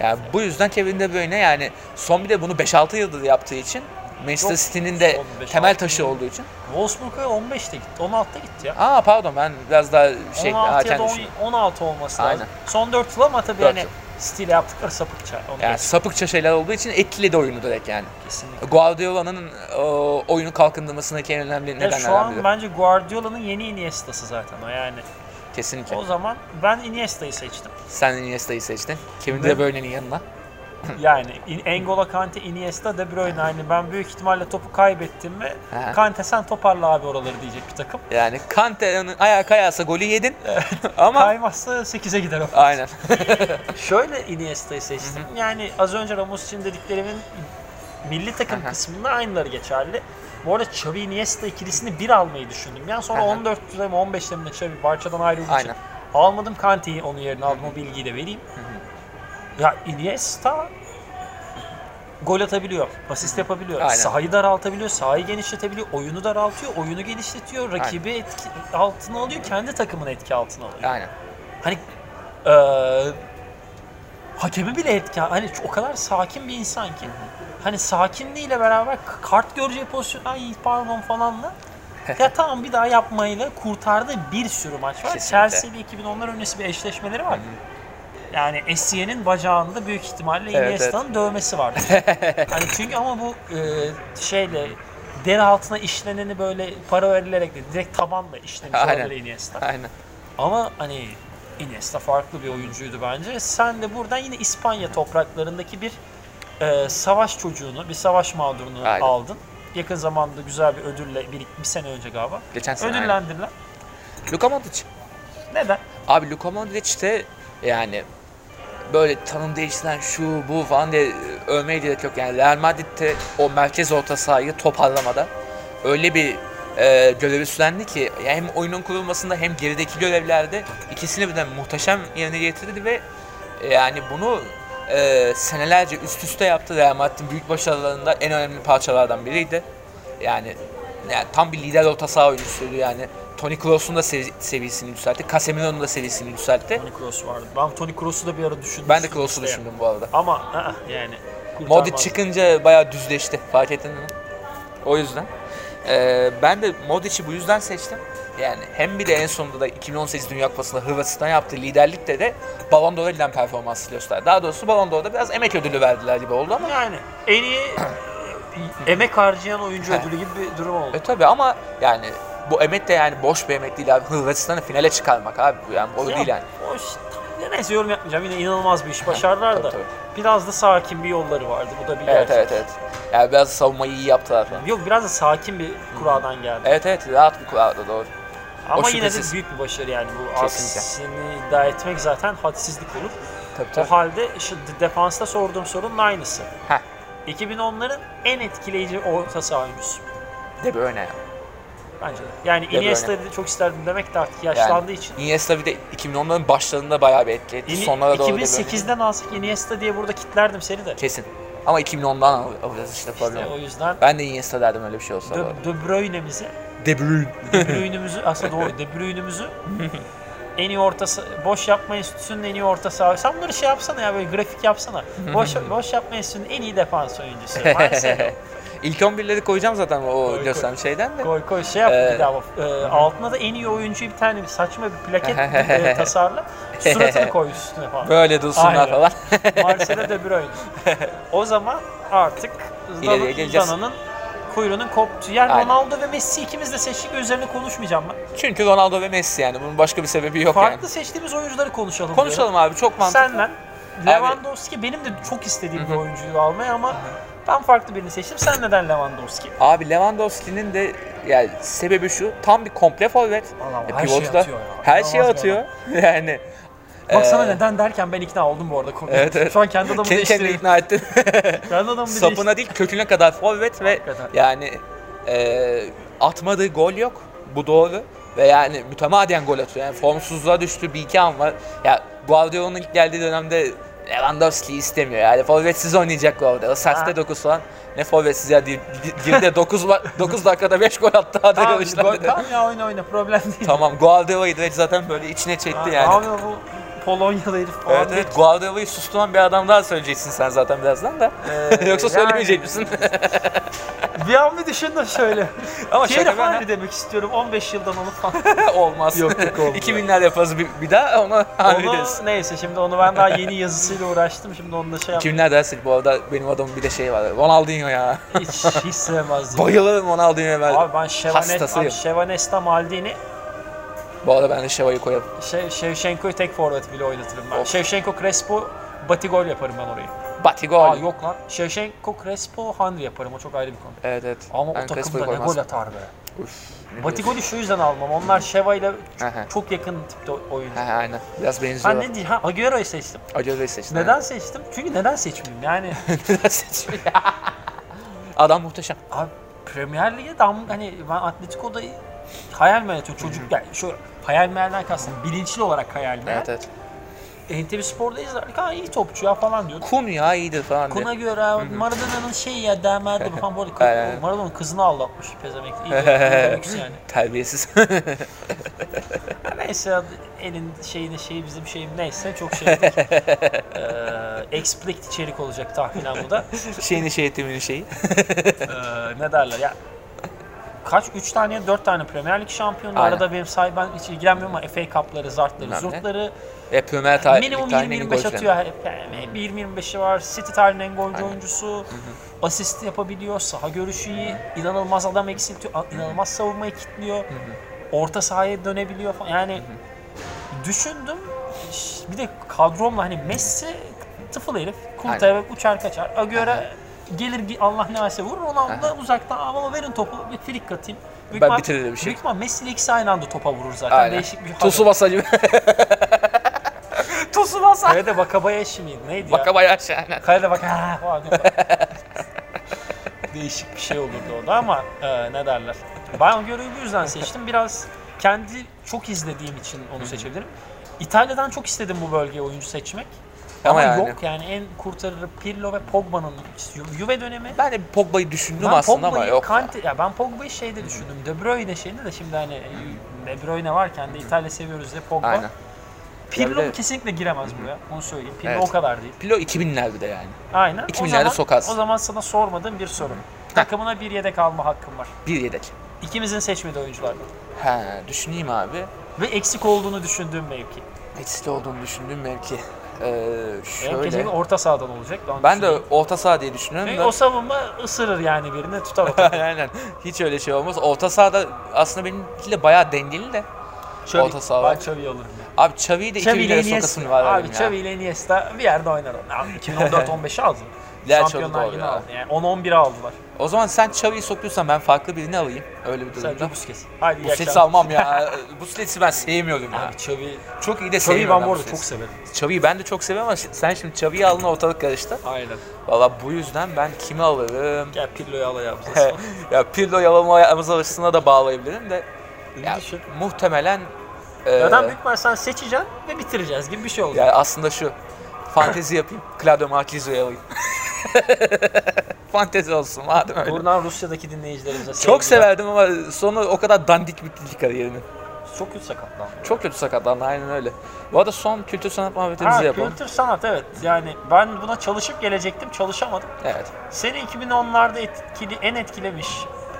B: Yani bu yüzden Kevin De Bruyne yani son bir de bunu 5-6 yıldır yaptığı için Manchester
A: Yok,
B: City'nin de
A: son 5-6
B: temel taşı
A: yıl.
B: olduğu için.
A: Wolfsburg'a 15'te gitti. 16'da gitti ya.
B: Aa pardon ben biraz daha şey
A: 16 ya
B: erken
A: da
B: düşündüm.
A: 10 16 olması
B: Aynen.
A: lazım. Son 4 yıl ama tabii
B: Dört
A: hani
B: yıl.
A: stile yaptıkları sapıkça. Onu
B: Yani
A: geç-
B: sapıkça şeyler olduğu için etkiledi oyunu direkt yani.
A: kesinlikle.
B: Guardiola'nın e, oyunu kalkındırmasındaki en önemli
A: Ya şu
B: nedenlerden
A: an
B: biri.
A: bence Guardiola'nın yeni Iniesta'sı zaten o yani.
B: Kesinlikle.
A: O zaman ben Iniesta'yı seçtim.
B: Sen Iniesta'yı seçtin. Kevin
A: Ne?
B: De Bruyne'nin yanına.
A: Yani In- Engola, Kante, Iniesta, De Bruyne aynı. Ben büyük ihtimalle topu kaybettim mi
B: Aha.
A: Kante sen toparla abi oraları diyecek bir takım.
B: Yani Kante'nin ayağı kayarsa golü yedin. Ama
A: Kaymazsa 8'e gider o.
B: aynen.
A: Şöyle Iniesta'yı seçtim. Yani az önce Ramos için dediklerimin milli takım
B: Aha.
A: kısmında aynıları geçerli. Bu arada Xavi Iniesta ikilisini bir almayı düşündüm. Yani sonra
B: Aha.
A: 14'te mi 15'te mi ne Xavi Barça'dan ayrıldığı için
B: Aynen.
A: almadım Kante'yi onun yerine aldım. O bilgiyi de vereyim. Ya Iniesta gol atabiliyor, asist yapabiliyor,
B: Aynen.
A: sahayı daraltabiliyor, sahayı genişletebiliyor, oyunu daraltıyor, oyunu genişletiyor, rakibi etki altına alıyor, kendi takımını etki altına alıyor.
B: Aynen.
A: Hani eee, hakemi bile etki hani o kadar sakin bir insan ki. Hani sakinliğiyle beraber k- kart göreceği pozisyon ay pardon falanla ya tamam bir daha yapmayla kurtardığı bir sürü maç var.
B: Kesinlikle.
A: Chelsea ile 2010'lar öncesi bir eşleşmeleri var. Yani Essie'nin bacağında büyük ihtimalle
B: Evet,
A: Iniesta'nın dövmesi vardı. hani çünkü ama bu e, şeyle deri altına işleneni böyle para verilerek değil, direkt tabanla işlemiş
B: Aynen.
A: olabilir Iniesta.
B: Aynen.
A: Ama hani Iniesta farklı bir oyuncuydu bence. Sen de buradan yine İspanya topraklarındaki bir e, savaş çocuğunu, bir savaş mağdurunu
B: Aynen.
A: aldın. Yakın zamanda güzel bir ödülle, bir, bir sene önce galiba.
B: Geçen sene. aynen.
A: Ödüllendirilen.
B: Luka Modric.
A: Neden?
B: Abi Luka Modric de yani böyle tanım değiştiren şu bu falan diye e, övmeye gerek yok. Yani Real Madrid'de o merkez orta sahayı toparlamada öyle bir e, görev üstlendi ki yani hem oyunun kurulmasında hem gerideki görevlerde ikisini birden muhteşem yerine getirdi ve yani bunu e, senelerce üst üste yaptı Real Madrid'in büyük başarılarında en önemli parçalardan biriydi. Yani, yani tam bir lider orta saha oyuncusuydu yani. Toni Kroos'un da sevi- seviyesini yükseltti. Casemiro'nun da seviyesini yükseltti.
A: Toni Kroos vardı. Ben Toni Kroos'u da bir ara düşündüm.
B: Ben de Kroos'u
A: İşte.
B: düşündüm bu arada.
A: Ama ı-ı, yani kurtarmaz.
B: Modric çıkınca bayağı düzleşti. Fark ettin mi? O yüzden. Ee, ben de Modric'i bu yüzden seçtim. Yani hem bir de en sonunda da 2018 Dünya Kupası'nda Hırvatistan yaptığı liderlikte de Ballon d'Or edilen performansı gösterdi. Daha doğrusu Ballon d'Or'da biraz emek ödülü verdiler gibi oldu ama
A: Yani en iyi emek harcayan oyuncu
B: He.
A: ödülü gibi bir durum oldu.
B: E tabi ama yani bu emek de yani boş bir emek değil abi. Hırvatistan'ı finale çıkarmak abi. bu Yani o
A: Ya,
B: değil yani.
A: o işte- neyse yorum yapmayacağım. Yine inanılmaz bir iş başardılar
B: tabii,
A: da.
B: tabii.
A: Biraz da sakin bir yolları vardı. Bu da bir
B: Evet
A: gerçek.
B: evet evet. Yani biraz savunmayı iyi yaptılar falan.
A: Yok biraz da sakin bir kuradan geldi.
B: Evet evet rahat bir kurardı doğru.
A: Ama
B: o
A: yine de
B: şüphesiz.
A: büyük bir başarı yani bu
B: Kesinlikle.
A: aksini iddia etmek zaten hadsizlik olur.
B: Tabii
A: O halde şu de- defansta sorduğum sorunun aynısı.
B: Heh.
A: 2010'ların en etkileyici orta saha oyuncusu
B: De Bruyne. yani.
A: bence de. Yani
B: Bruyne.
A: Iniesta'yı çok isterdim demek de artık yaşlandığı için.
B: Iniesta bir de 2010'ların başlarında bayağı bir etki etti.
A: İni-
B: Sonlara doğru De Bruyne.
A: 2008'den alsak Iniesta diye burada kitlerdim seni de.
B: Kesin. Ama 2010'dan al- alacağız işte problem.
A: İşte o
B: yok.
A: yüzden
B: Ben de Iniesta derdim öyle bir şey olsa. bu arada.
A: De, de Bruyne'mizi
B: De Bruyne.
A: De Bruyne'mizi aslında doğru De Bruyne'mizi en iyi orta sa- boş yapma enstitüsünün en iyi orta saha. Sen bunları şey yapsana ya böyle grafik yapsana. Boş boş yapma enstitüsünün en iyi defans oyuncusu. Marcelo.
B: İlk 11'leri koyacağım zaten o
A: koy.
B: görsem şeyden de.
A: koy koy şey yap bir
B: Ee,
A: daha. bak. Ee, altına da en iyi oyuncuyu bir tane bir saçma bir plaket e, tasarla. Suratını koy üstüne falan.
B: Böyle dursunlar
A: Aynen.
B: falan.
A: Marcelo De Bruyne. O zaman artık
B: İleriye
A: Zidane-
B: geleceğiz.
A: Zidane'ın kuyruğunun koptuğu yer.
B: Aynen.
A: Ronaldo ve Messi ikimiz de seçtik üzerine konuşmayacağım ben.
B: Çünkü Ronaldo ve Messi yani bunun başka bir sebebi yok
A: Farklı
B: yani.
A: seçtiğimiz oyuncuları konuşalım. diyorum.
B: Konuşalım abi çok mantıklı.
A: Senden Lewandowski benim de çok istediğim bir oyuncuyu almaya ama ben farklı birini seçtim. Sen neden Lewandowski?
B: Abi Lewandowski'nin de yani sebebi şu tam bir komple forvet.
A: Vallahi
B: E,
A: her
B: pivot
A: şeye
B: da-
A: atıyor ya.
B: Her
A: İnanılmaz
B: şeye
A: bir
B: atıyor. yani
A: Bak sana
B: Ee,
A: neden derken ben ikna oldum bu arada konuya.
B: Evet, evet.
A: Şu an kendi adamı
B: kendi kendini
A: değiştireyim.
B: ikna ettin.
A: Kendi adamı bir değiştireyim.
B: Sapına şey- değil köküne kadar forvet ve
A: Hakikaten.
B: yani e, atmadığı gol yok. Bu doğru. Ve yani mütemadiyen gol atıyor. Yani formsuzluğa düştü bir iki an var. Ya Guardiola'nın ilk geldiği dönemde Lewandowski istemiyor yani. Forvetsiz oynayacak orada. O
A: Ha.
B: sertte 9 falan. Ne forvetsiz ya diye girdi 9 9 dakikada 5 gol attı. Hadi
A: Tamam,
B: görüşler
A: gol-
B: dedi.
A: tamam ya oyna oyna problem değil.
B: Tamam Guardiola'yı da zaten böyle içine çekti
A: Abi,
B: yani.
A: Abi bu Polonyalı herif falan.
B: Evet evet Guardiola'yı susturan bir adam daha söyleyeceksin sen zaten birazdan da.
A: Ee,
B: Yoksa
A: yani-
B: söylemeyecek misin?
A: Bir an bir düşündüm şöyle.
B: Ama
A: Thierry
B: şaka ben
A: Henry demek istiyorum 15 yıldan onu falan.
B: olmaz.
A: Yok, yok, olmuyor.
B: 2000'ler yaparız bir, bir daha ona harbi
A: onu,
B: deriz.
A: neyse şimdi onu ben daha yeni yazısıyla uğraştım şimdi onunla şey yaptım.
B: 2000'ler dersin bu arada benim adamın bir de şey var. Ronaldinho ya.
A: Hiç, hiç sevmezdim.
B: Bayılırım Ronaldinho'ya ben.
A: Abi ben Şevanet,
B: Hastasıyım.
A: abi Şevanesta Maldini,
B: Bu arada ben de Şeva'yı koyarım.
A: şey, Şevşenko'yu tek forvet bile oynatırım ben.
B: Of.
A: Şevşenko, Crespo, Batigol yaparım ben orayı.
B: Batigol.
A: Aa yok lan. Şevşenko, Crespo, Henry yaparım. O çok ayrı bir konu.
B: Evet evet.
A: Ama
B: Ben
A: o takımda
B: Crespo'yu
A: ne gol
B: koymazdım.
A: atar be.
B: Uf, ne
A: Batigol'ü şu yüzden almam. Onlar Şeva ile
B: Hı hı.
A: çok yakın tipte oyuncu.
B: Ha, aynen. Biraz
A: Ben
B: benziyorlar.
A: ne diyeyim? Ha Agüero'yu seçtim.
B: Acaba seçtim.
A: Neden seçtim? Çünkü neden seçmeyeyim? Yani
B: Neden seçmiyor? Adam muhteşem.
A: abi Premier Lig'e dam hani ben Atletico'da hayal meyal atıyorum. Çocuk yani şu hayal meyalden kastım. Bilinçli olarak hayal meyal.
B: Evet evet.
A: NTV Spor'da izlerdik. Ha iyi topçu ya falan diyordu.
B: Kun ya iyidir falan diye.
A: Kuna göre Maradona'nın şeyi ya damadı bu falan. Bu arada
B: Aynen.
A: kız- Maradona'nın kızını aldatmış pezemek. İyi pezemek yani.
B: Terbiyesiz.
A: Ya Neyse elin şeyini şeyi bizim şeyim neyse çok şey değil. ee, explicit içerik olacak tahminen bu da.
B: Şeyini şey ettiğimin şeyi.
A: Ee, ne derler ya. Kaç? 3 tane ya 4 tane Premier Lig şampiyonu.
B: Aynen.
A: Arada benim sahi ben hiç ilgilenmiyorum ama FA Cup'ları, zartları,
B: Bilmem ne.
A: zurtları.
B: E Premier tarih.
A: Minimum
B: tarihinin en iyi
A: 20-25
B: golcüleri.
A: atıyor. hep. Yani bir 20-25'i var. City tarihinin en golcü
B: Aynen.
A: oyuncusu. Asist yapabiliyor. Saha görüşü iyi. inanılmaz adam eksiltiyor. a- inanılmaz savunmayı kilitliyor. Orta sahaya dönebiliyor falan. Yani düşündüm. Ş- Bir de kadromla hani Messi tıfıl herif. Kurtarıp uçar kaçar. Agüero gelir gi- Allah ne verse vurur. Ronaldo da uzaktan ama verin topu bir frik atayım. Büyük
B: Ben
A: ihtimal-
B: bitiririm bir şey.
A: Büyük ihtimal Messi ile ikisi aynı anda topa vurur zaten.
B: Aynen.
A: Değişik bir
B: Tosu basa gibi.
A: Tosu basa. Kalede Vakabayashi miydi? Neydi ya?
B: Baka bayağı şey aynen.
A: Kalede bak ha falan diyor. Değişik bir şey olurdu o da ama e, ne derler. Ben Görü'yü bu yüzden seçtim. Biraz kendi çok izlediğim için onu seçebilirim. İtalya'dan çok istedim bu bölgeye oyuncu seçmek. Ama,
B: Ama yani.
A: yok yani en kurtarırı Pirlo ve Pogba'nın Ju- Juve dönemi.
B: Ben de bir Pogba'yı düşündüm
A: Ben
B: aslında ama
A: Pogba'yı,
B: yok.
A: Kante- ya ben Pogba'yı şeyde düşündüm. De Bruyne şeyinde de şimdi hani De Bruyne varken de İtalya seviyoruz diye Pogba.
B: Aynen.
A: Pirlo
B: Ya bir de-
A: kesinlikle giremez buraya. Onu söyleyeyim. Pirlo
B: Evet.
A: o kadar değil.
B: Pilo 2000'lerde de yani.
A: Aynen.
B: İki
A: O
B: milyarı
A: zaman-
B: sokarsın.
A: O zaman sana sormadığım bir soru. Takımına bir yedek alma hakkım var.
B: Bir yedek.
A: İkimizin seçmediği oyunculardan.
B: He düşüneyim abi.
A: Ve eksik olduğunu düşündüğüm mevki.
B: Eksik olduğunu düşündüğüm mevki. Ee,
A: Şöyle.
B: şöyle.
A: orta sahadan olacak.
B: Ben de orta saha diye düşünüyorum
A: Ve
B: da.
A: o savunma ısırır yani birini tutar o takım.
B: Aynen. Hiç öyle şey olmaz. Orta sahada aslında benimkiyle bayağı dengeli de.
A: Xavi-
B: Orta saha
A: Ben
B: var.
A: Xavi'yi alırım. ya.
B: Abi Xavi'yi de
A: Xavi
B: 2000'lere
A: ile
B: sokasın
A: Iniesta.
B: var
A: Abi
B: benim ya.
A: Xavi ile Iniesta bir yerde oynar onu. Abi 2014-15'i aldı.
B: Gerçi o da
A: Şampiyonlar
B: doğru
A: yine
B: ya.
A: aldı. Yani 10-11'i aldılar.
B: O zaman sen Xavi'yi soktuysan ben farklı birini alayım. Öyle bir durumda.
A: Sadece Busquets. Haydi iyi
B: Busquets'i
A: akşamlar.
B: almam ya. Busquets'i ben sevmiyorum ya.
A: Abi Xavi...
B: Çok iyi de
A: Xavi'yi
B: sevmiyorum.
A: ben bu arada çok
B: Busquets'i.
A: severim.
B: Xavi'yi ben de çok seviyorum ama sen şimdi Xavi'yi aldın ortalık karıştı.
A: Aynen.
B: Valla bu yüzden ben kimi alırım?
A: Gel Pirlo'yu al ayağımıza.
B: ya Pirlo yalamamız arasına da bağlayabilirim de ya,
A: düşün.
B: muhtemelen e,
A: Zaten büyük ihtimal sen seçeceksin ve bitireceğiz gibi bir şey olacak.
B: yani aslında şu fantezi yapayım. Claudio Marquizo'yu alayım. fantezi olsun madem öyle.
A: Buradan Rusya'daki dinleyicilerimize sevgiler.
B: Çok severdim ama sonu o kadar dandik bitti ki kariyerinin.
A: Çok kötü sakatlandı.
B: Çok kötü sakatlandı aynen öyle. Bu arada son kültür sanat muhabbetimizi
A: Ha,
B: yapalım.
A: kültür sanat evet. Yani ben buna çalışıp gelecektim, çalışamadım.
B: Evet.
A: Seni 2010'larda etkili, en etkilemiş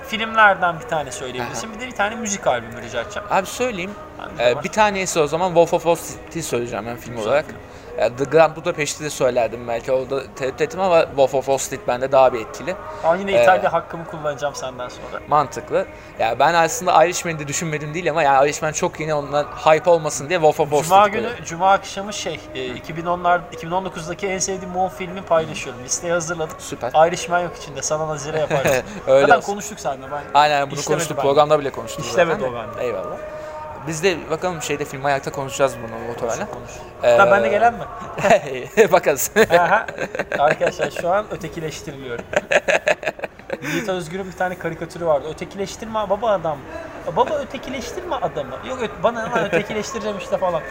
A: filmlerden bir tane söyleyebilirsin. Bir de bir tane müzik albümü rica edeceğim.
B: Abi söyleyeyim.
A: Ben de
B: Ee,
A: var.
B: bir tanesi o zaman Wolf of Wall Street'i söyleyeceğim ben film
A: Güzel
B: olarak.
A: film.
B: Ee, The Grand Budapest'i de söylerdim belki orada tereddüt ettim ama Wolf of Wall Street bende daha bir etkili.
A: Ama yine
B: Ee,
A: İtalya hakkımı kullanacağım senden sonra.
B: Mantıklı. Ya ben aslında Irishman'i de düşünmedim değil ama yani Irishman çok yine ondan hype olmasın diye Wolf of Wall
A: Cuma
B: Street
A: günü, Cuma akşamı şey, e, 2010'lar, 2019'daki en sevdiğim 10 filmi paylaşıyorum. Listeyi hazırladım.
B: Süper.
A: Ayrışman yok içinde. Sana nazire yaparız.
B: Öyle
A: Zaten
B: olsun.
A: konuştuk seninle. Ben
B: Aynen bunu
A: İşlemedi
B: konuştuk
A: bende.
B: programda bile konuştuk.
A: İşlemedi
B: zaten de.
A: o bende.
B: Eyvallah. Biz de bakalım şeyde film ayakta konuşacağız bunu muhtemelen.
A: konuş.
B: Ee,
A: Ha, ben de gelen mi?
B: Bakarız.
A: Aha. Arkadaşlar şu an ötekileştiriliyorum. Yiğit Özgür'ün bir tane karikatürü vardı. Ötekileştirme baba adam. Baba ötekileştirme adamı. Yok ö- bana hemen ötekileştireceğim işte falan.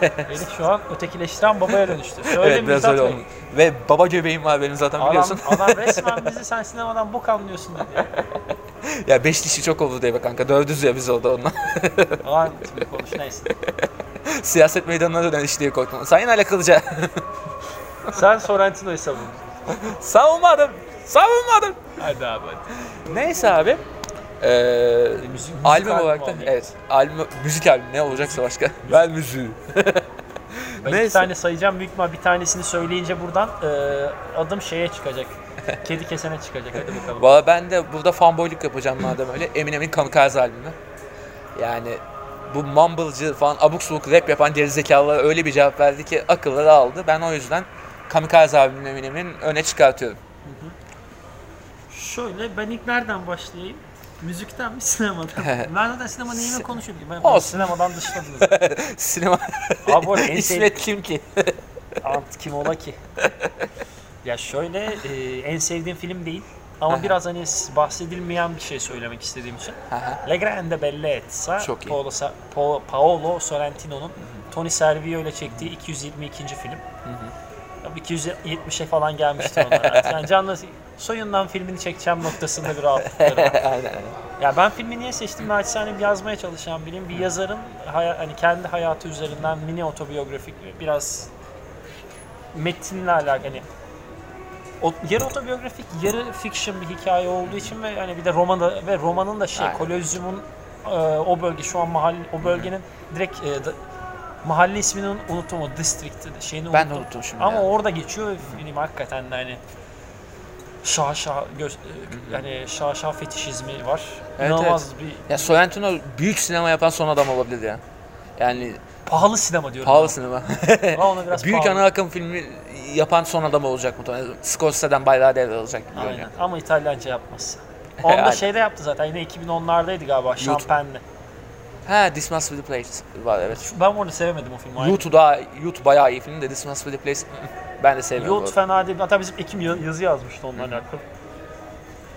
A: Beni şu an ötekileştiren babaya dönüştü. Söyle
B: evet biraz öyle
A: Bey.
B: oldu. Ve baba göbeğim var benim zaten
A: Adam,
B: biliyorsun.
A: adam resmen bizi sen sinemadan bok anlıyorsun dedi. ya.
B: ya beş dişi çok oldu diye be kanka. Dövdüz ya biz orada onunla.
A: Falan şimdi konuş neyse.
B: Siyaset meydanına dönen iş diye korktum. Sayın Ali Kılıca.
A: Sen Sorrentino'yu savun.
B: savunmadım. Savunmadım.
A: Hadi abi hadi.
B: Neyse abi. Ee,
A: müzik
B: albüm
A: albüm
B: olarak da
A: aldık.
B: evet. Albüm, müzik albüm ne olacaksa başka. Ben müziği.
A: Ben iki
B: Neyse.
A: tane sayacağım. Büyük ihtimal bir tanesini söyleyince buradan e, adım şeye çıkacak. Kedi kesene çıkacak. Hadi bakalım.
B: Valla ben de burada fanboyluk yapacağım madem öyle. Eminem'in Kamikaze albümü. Yani bu mumblecı falan abuk subuk rap yapan gerizekalılara öyle bir cevap verdi ki akılları aldı. Ben o yüzden Kamikaze albümünü Eminem'in öne çıkartıyorum.
A: Şöyle ben ilk nereden başlayayım? Müzikten mi sinemadan? mı? ben zaten sinema neyime konuşuyorum ki? Ben
B: Olsun.
A: sinemadan dışladınız. zaten.
B: Sinema
A: Abi bu arada en sevdiğim
B: İsmet kim ki?
A: Ant kim ola ki? ya şöyle e, en sevdiğim film değil. Ama
B: Aha.
A: biraz hani s- bahsedilmeyen bir şey söylemek istediğim için.
B: Aha,
A: La Grande Bellezza,
B: Çok iyi.
A: Paolo, Sa- Pa- Paolo Sorrentino'nun Tony Servio ile çektiği 222. film. Ya bu 270'e falan gelmişti onlar. artık. Yani canlı soyundan filmini çekeceğim noktasında bir rahatlıkları var.
B: Aynen.
A: Ya ben filmi niye seçtim? Naçizane bir yazmaya çalışan biriyim. Bir yazarın haya- hani kendi hayatı üzerinden mini otobiyografik biraz metinle alakalı. Hani o, yarı otobiyografik, yarı fiction bir hikaye olduğu için ve hani bir de romanda ve romanın da şey
B: Aynen.
A: Kolezyum'un e, o bölge şu an mahalle o bölgenin direkt e, da- mahalle isminin unuttum o district şeyini
B: Ben de
A: unuttum.
B: unuttum şimdi.
A: Ama
B: ya.
A: orada geçiyor ve film hakikaten de hani şah şah göz, yani şah şah fetişizmi var.
B: Evet,
A: İnanılmaz bir
B: Ya Sorrentino büyük sinema yapan son adam olabilir ya. Yani
A: Pahalı sinema diyorum.
B: pahalı sinema.
A: Ama ona biraz
B: Büyük
A: pahalı.
B: ana akım filmi yapan son adam olacak muhtemelen. Scorsese'den bayrağı devre olacak gibi görünüyor.
A: Aynen. Ama İtalyanca yapmaz. Onda
B: Aynen.
A: şeyde yaptı zaten. Yine 2010'lardaydı galiba. Şampenli.
B: Ha, This Must Be The Place var evet.
A: Ben bunu sevemedim o filmi. ayrı.
B: Youth daha, Youth bayağı iyi film de This Must Be The Place ben de sevmiyorum.
A: Youth fena değil. Hatta bizim Ekim ya- yazı yazmıştı onunla alakalı.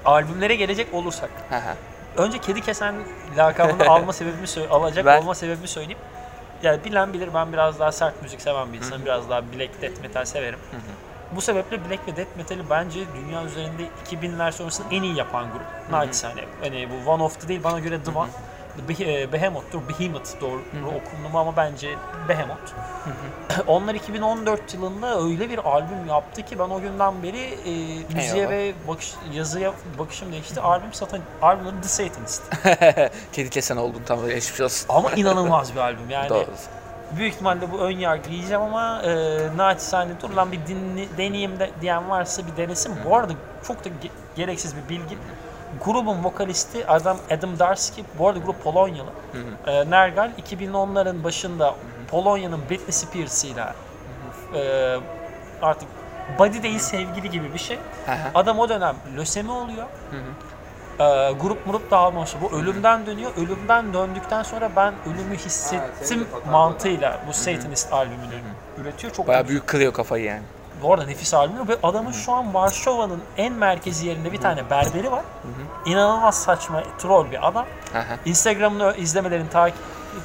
A: Albümlere gelecek olursak.
B: Hı hı.
A: Önce Kedi Kesen lakabını alma sebebimi sö- alacak
B: Ben-
A: olma sebebimi söyleyeyim. Yani bilen bilir ben biraz daha sert müzik seven bir insanım. Biraz daha Black Death Metal severim. Bu sebeple Black ve Death Metal'i bence dünya üzerinde 2000'ler sonrasında en iyi yapan grup. Naçizane. Hani bu One of the değil bana göre The One. The Beh- e, Behemoth'tur. Behemoth doğru okunumu ama bence Behemoth. Onlar 2014 yılında öyle bir albüm yaptı ki ben o günden beri e, müziğe
B: Eyvallah.
A: ve bakış, yazıya bakışım değişti. Albüm satan, albümün The Satanist.
B: Kedi kesen oldun tam öyle geçmiş olsun.
A: Ama inanılmaz bir albüm yani.
B: Doğru.
A: Büyük ihtimalle bu ön yargı yiyeceğim ama e, naçizane dur lan bir dinle, deneyeyim de, diyen varsa bir denesin. Bu arada çok da ge- gereksiz bir bilgi. Grubun vokalisti adam Adam Darski, bu arada grup Polonyalı. E, Nergal 2010'ların başında Polonya'nın Britney Spears'ıyla e, artık body değil sevgili gibi bir şey.
B: Hı hı.
A: Adam o dönem lösemi oluyor. Ee, grup murup dağılması. Bu ölümden dönüyor. Ölümden döndükten sonra ben ölümü hissettim mantığıyla bu Satanist albümünü üretiyor. Çok
B: Bayağı
A: da-
B: büyük kırıyor kafayı yani.
A: Bu arada nefis albümü ve adamın şu an Varşova'nın en merkezi yerinde bir tane berberi var. İnanılmaz saçma troll bir adam.
B: Hı hı.
A: Instagram'ını ö- izlemelerini takip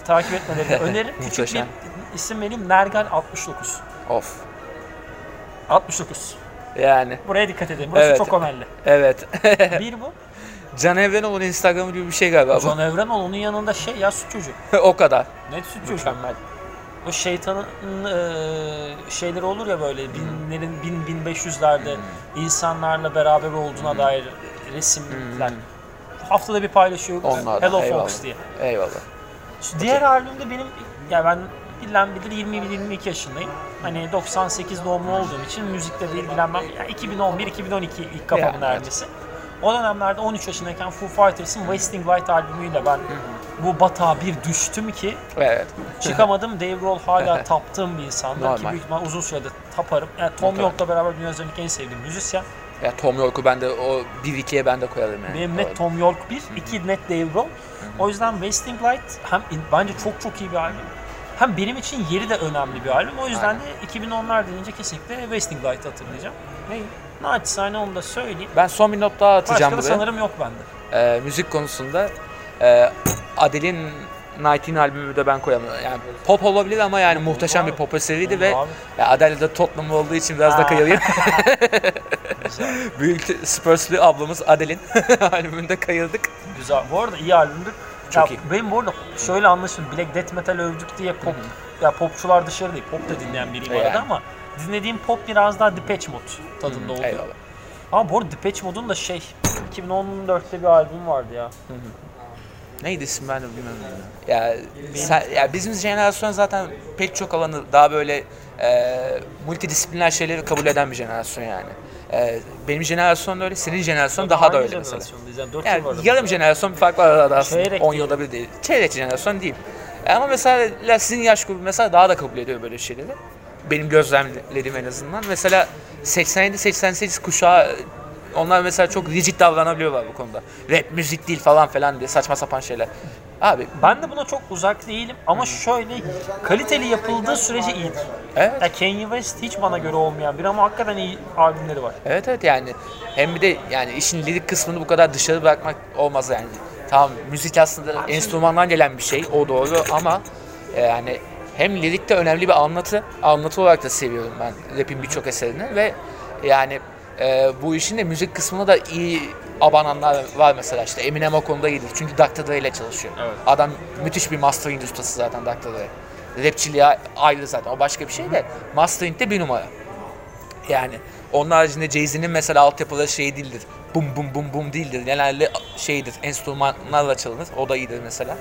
A: takip etmelerini öneririm. Küçük bir
B: Muhteşem.
A: isim benim Nergal 69.
B: of.
A: 69.
B: Yani
A: Buraya dikkat edin. Burası
B: Evet.
A: çok önemli.
B: evet.
A: Bir bu.
B: Can Evrenoğlu'nun Instagram'ı gibi bir şey galiba bu.
A: John Evrenol onun yanında şey ya süt çocuk.
B: o kadar.
A: Net süt çocuk. Mükemmel. O şeytanın e, şeyleri olur ya
B: Hmm.
A: böyle binlerin bin bin beş yüzlerde insanlarla beraber
B: Hmm.
A: olduğuna dair resimler. Haftada bir paylaşıyor
B: Onlar da,
A: Hello Fox
B: eyvallah.
A: diye.
B: Eyvallah.
A: Şu diğer albümde benim ya ben bilen bilir 21-22 yaşındayım. Hani 98 doğumlu olduğum için müzikle de ilgilenmem. Yani 2011-2012 ilk
B: Ya,
A: kafamın
B: evet.
A: neredeyse. O dönemlerde 13 yaşındayken Foo Fighters'ın Wasting Light albümüyle ben bu batağa bir düştüm ki
B: Evet.
A: çıkamadım. Dave Grohl hala taptığım bir insandı ki
B: Normal.
A: büyük ihtimal uzun sürede taparım. Yani Tom
B: Muhtemelen.
A: York'la beraber dünya üzerindeki en sevdiğim müzisyen.
B: Ya Tom York'u ben de o 1-2'ye ben de koyarım yani.
A: Benim
B: O-
A: net Tom York 1, 2 net Dave Grohl. O yüzden Wasting Light hem in- bence çok çok iyi bir albüm. Hem benim için yeri de önemli bir albüm. O yüzden de 2010'lar deyince kesinlikle Wasting Light'ı hatırlayacağım. Neyi? Naçizane onu da söyleyeyim.
B: Ben son bir not daha atacağım
A: Başka da
B: buraya.
A: sanırım yok bende.
B: Ee, müzik konusunda e, Adele'in 19 albümü de ben koyamıyorum. Yani pop olabilir ama yani muhteşem bir pop eseriydi
A: Olur
B: ve
A: abi.
B: ya Adele de Tottenham'lı olduğu için biraz da
A: Ha.
B: kayılayım.
A: Güzel.
B: Büyük Spurs'lu ablamız Adele'in albümünde kayıldık.
A: Güzel. Bu arada iyi albümdür.
B: Çok
A: ya,
B: iyi.
A: Benim bu arada şöyle anlaşılın. Black Death Metal övdük diye pop, ya popçular dışarı değil. Pop da dinleyen biriyim
B: Yani.
A: arada ama dinlediğim pop biraz daha Depeche Mode tadında oluyor.
B: Eyvallah.
A: Ama bu arada Depeche Mode'un da şey 2014'te bir albüm vardı ya.
B: Neydi isim ben de bilmiyorum. Ya, sen- ya bizim jenerasyon zaten pek çok alanı daha böyle e, multidisipliner şeyleri kabul eden bir jenerasyon yani. E, benim jenerasyon da öyle, senin jenerasyon daha da
A: Hangi
B: öyle mesela.
A: jenerasyondayız Yani 4
B: Yani
A: yıl var.
B: yarım jenerasyon bir fark var arada aslında.
A: Çeyrek
B: 10
A: değil.
B: yılda bir değil. Çeyrek jenerasyon değil. Ama mesela sizin yaş grubu mesela daha da kabul ediyor böyle şeyleri. Benim gözlemlediğim en azından. Mesela 87-88 kuşağı onlar mesela çok rigid davranabiliyorlar bu konuda. Rap müzik değil falan falan diye saçma sapan şeyler. Abi
A: Ben de buna çok uzak değilim ama şöyle kaliteli yapıldığı sürece iyidir.
B: evet.
A: Ya Kanye West hiç bana göre olmayan bir ama hakikaten iyi albümleri var.
B: Evet evet yani hem bir de yani işin lirik kısmını bu kadar dışarı bırakmak olmaz yani. Tamam müzik aslında enstrümandan gelen bir şey o doğru ama e, yani hem lirikte önemli bir anlatı, anlatı olarak da seviyorum ben rap'in birçok eserini ve yani e, bu işin de müzik kısmına da iyi abananlar var mesela işte Eminem o konuda iyidir çünkü Dr. Dre ile çalışıyor.
A: Evet.
B: Adam müthiş bir mastering ustası zaten Dr. Dre. Rapçiliği ayrı zaten o başka bir şey de mastering de bir numara. Yani onun haricinde Jay-Z'nin mesela altyapıları şey değildir. Bum bum bum bum değildir. Genelde şeydir. Enstrümanlarla çalınır. O da iyidir mesela.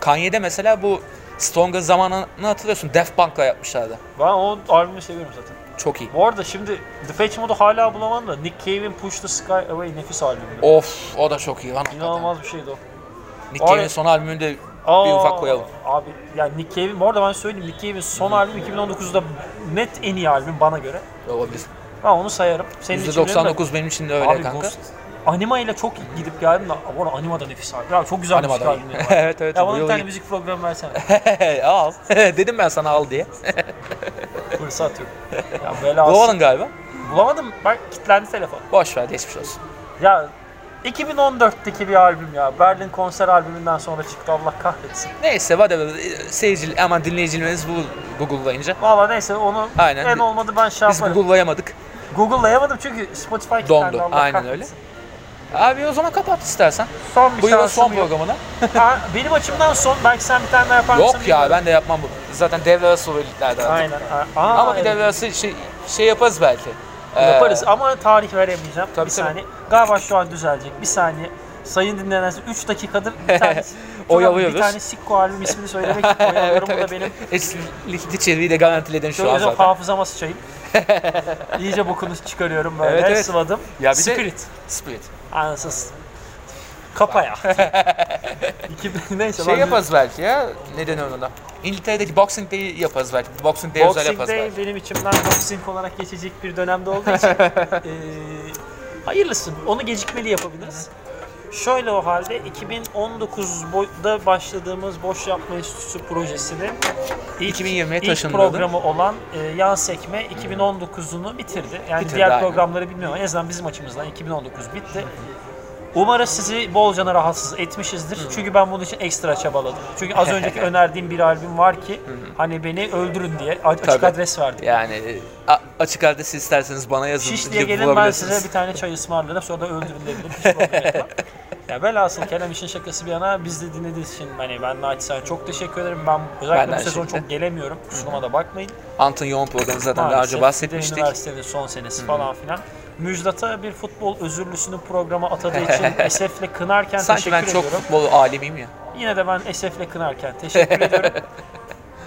B: Kanye'de mesela bu Stronger zamanını hatırlıyorsun. Def Punk'la yapmışlardı.
A: Ben o albümü seviyorum zaten.
B: Çok iyi.
A: Bu arada şimdi Depeche Mode'u hala bulamadım da Nick Cave'in Push the Sky Away nefis albümü.
B: Of o da çok iyi lan. hakikaten.
A: İnanılmaz bir şeydi o.
B: Nick Cave'in
A: Aynen.
B: son albümünde
A: Aa,
B: bir ufak koyalım.
A: Abi yani Nick Cave'in, bu arada ben söyleyeyim Nick Cave'in son albüm 2019'da net en iyi albüm bana göre.
B: Olabilir.
A: Ben onu sayarım. Senin için bilmiyorum da-
B: %99 benim için de öyle
A: Abi
B: kanka.
A: Ghost Anima ile çok gidip geldim de bu arada Anima da nefis abi. Ya çok güzel
B: Anima
A: müzik
B: da
A: albümleri
B: iyi.
A: var.
B: evet evet.
A: Ya bana bir
B: bu
A: tane
B: yıl-
A: müzik programı versene.
B: al. Dedim ben sana al diye.
A: Fırsat yok. Ya bela
B: Doğan'ın galiba.
A: Bulamadım. Bak kilitlendi telefon.
B: Boş ver geçmiş olsun.
A: Ya 2014'teki bir albüm ya. Berlin konser albümünden sonra çıktı Allah kahretsin.
B: Neyse whatever. Seyirci aman dinleyicilerimiz bu Google'layınca.
A: Valla neyse onu
B: Aynen.
A: en olmadı ben şey
B: Biz
A: yaparım.
B: Google'layamadık.
A: Google'layamadım çünkü Spotify kilitlendi
B: Dondu.
A: Allah
B: Aynen
A: kahretsin.
B: öyle. Abi o zaman kapat istersen.
A: Son bir
B: Bu yılın
A: şansım
B: son
A: yok.
B: programını.
A: Aa, Benim açımdan son. Belki sen bir tane daha yapar mısın?
B: Yok ya ben de yapmam bu. Zaten devre arası oluyorluklardan. artık.
A: Aynen. Aa,
B: Ama bir
A: evet.
B: devre arası şey, şey yaparız belki. Ee,
A: Yaparız ama tarih veremeyeceğim.
B: Tabii,
A: bir
B: tabii.
A: saniye. Galiba şu an düzelecek. Bir saniye. Sayın dinleyenler 3 dakikadır bir tane
B: Oyalıyoruz.
A: Bir tane Sikko albüm ismini söylemek için oyalıyorum.
B: evet,
A: Bu da
B: evet.
A: benim
B: Eskilikli çeviriyi de garantiledim şu an
A: şöyle
B: zaten.
A: hafızama sıçayım. İyice bokunu çıkarıyorum böyle.
B: Evet, evet.
A: Sıvadım.
B: Ya bir de-
A: Spirit.
B: Split.
A: Anasız. Kapaya. İki, neyse
B: Şey
A: lan-
B: yaparız belki ya. Ne deniyor ona? İngiltere'deki Boxing Day'i yaparız belki. Boxing Day'i özel
A: Boxing
B: yaparız
A: Day
B: belki.
A: benim içimden boxing olarak geçecek bir dönemde olduğu için eee hayırlısı. Onu gecikmeli yapabiliriz. Şöyle o halde 2019'da başladığımız Boş Yapma Enstitüsü projesini ilk,
B: 2020'ye
A: ilk
B: taşındı,
A: programı olan eee, Yan Sekme 2019'unu bitirdi. Yani
B: Bitirdi,
A: diğer
B: aynen.
A: programları bilmiyorum. En azından bizim açımızdan 2019 bitti. Umarım sizi bolcana rahatsız etmişizdir. Çünkü ben bunun için ekstra çabaladım. Çünkü az önceki önerdiğim bir albüm var ki hani beni öldürün diye a- açık
B: Tabii.
A: adres verdim.
B: Yani e, a- açık halde siz isterseniz bana yazın.
A: Şiş diye
B: link
A: gelin ben
B: bulabilirsiniz.
A: size bir tane çay ısmarlarım sonra da öldürün dedim. Hiç problem yok. Ya velhasıl kelam işin şakası bir yana biz de dinlediğiniz için hani ben naçizane çok teşekkür ederim. Ben özellikle
B: Benden
A: bu sezon
B: şekilde.
A: çok gelemiyorum. Kusuruma da bakmayın.
B: Anton Yoğun programı zaten daha
A: Maalesef
B: önce
A: bir de
B: bahsetmiştik.
A: Üniversitenin son senesi falan filan. Müjdat'a bir futbol özürlüsünü programa atadığı için esefle kınarken
B: Sanki
A: teşekkür
B: ben çok
A: ediyorum.
B: futbol alimiyim ya.
A: Yine de ben esefle kınarken teşekkür ediyorum.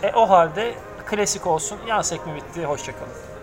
A: e, o halde klasik olsun. Yan sekme bitti. Hoşçakalın.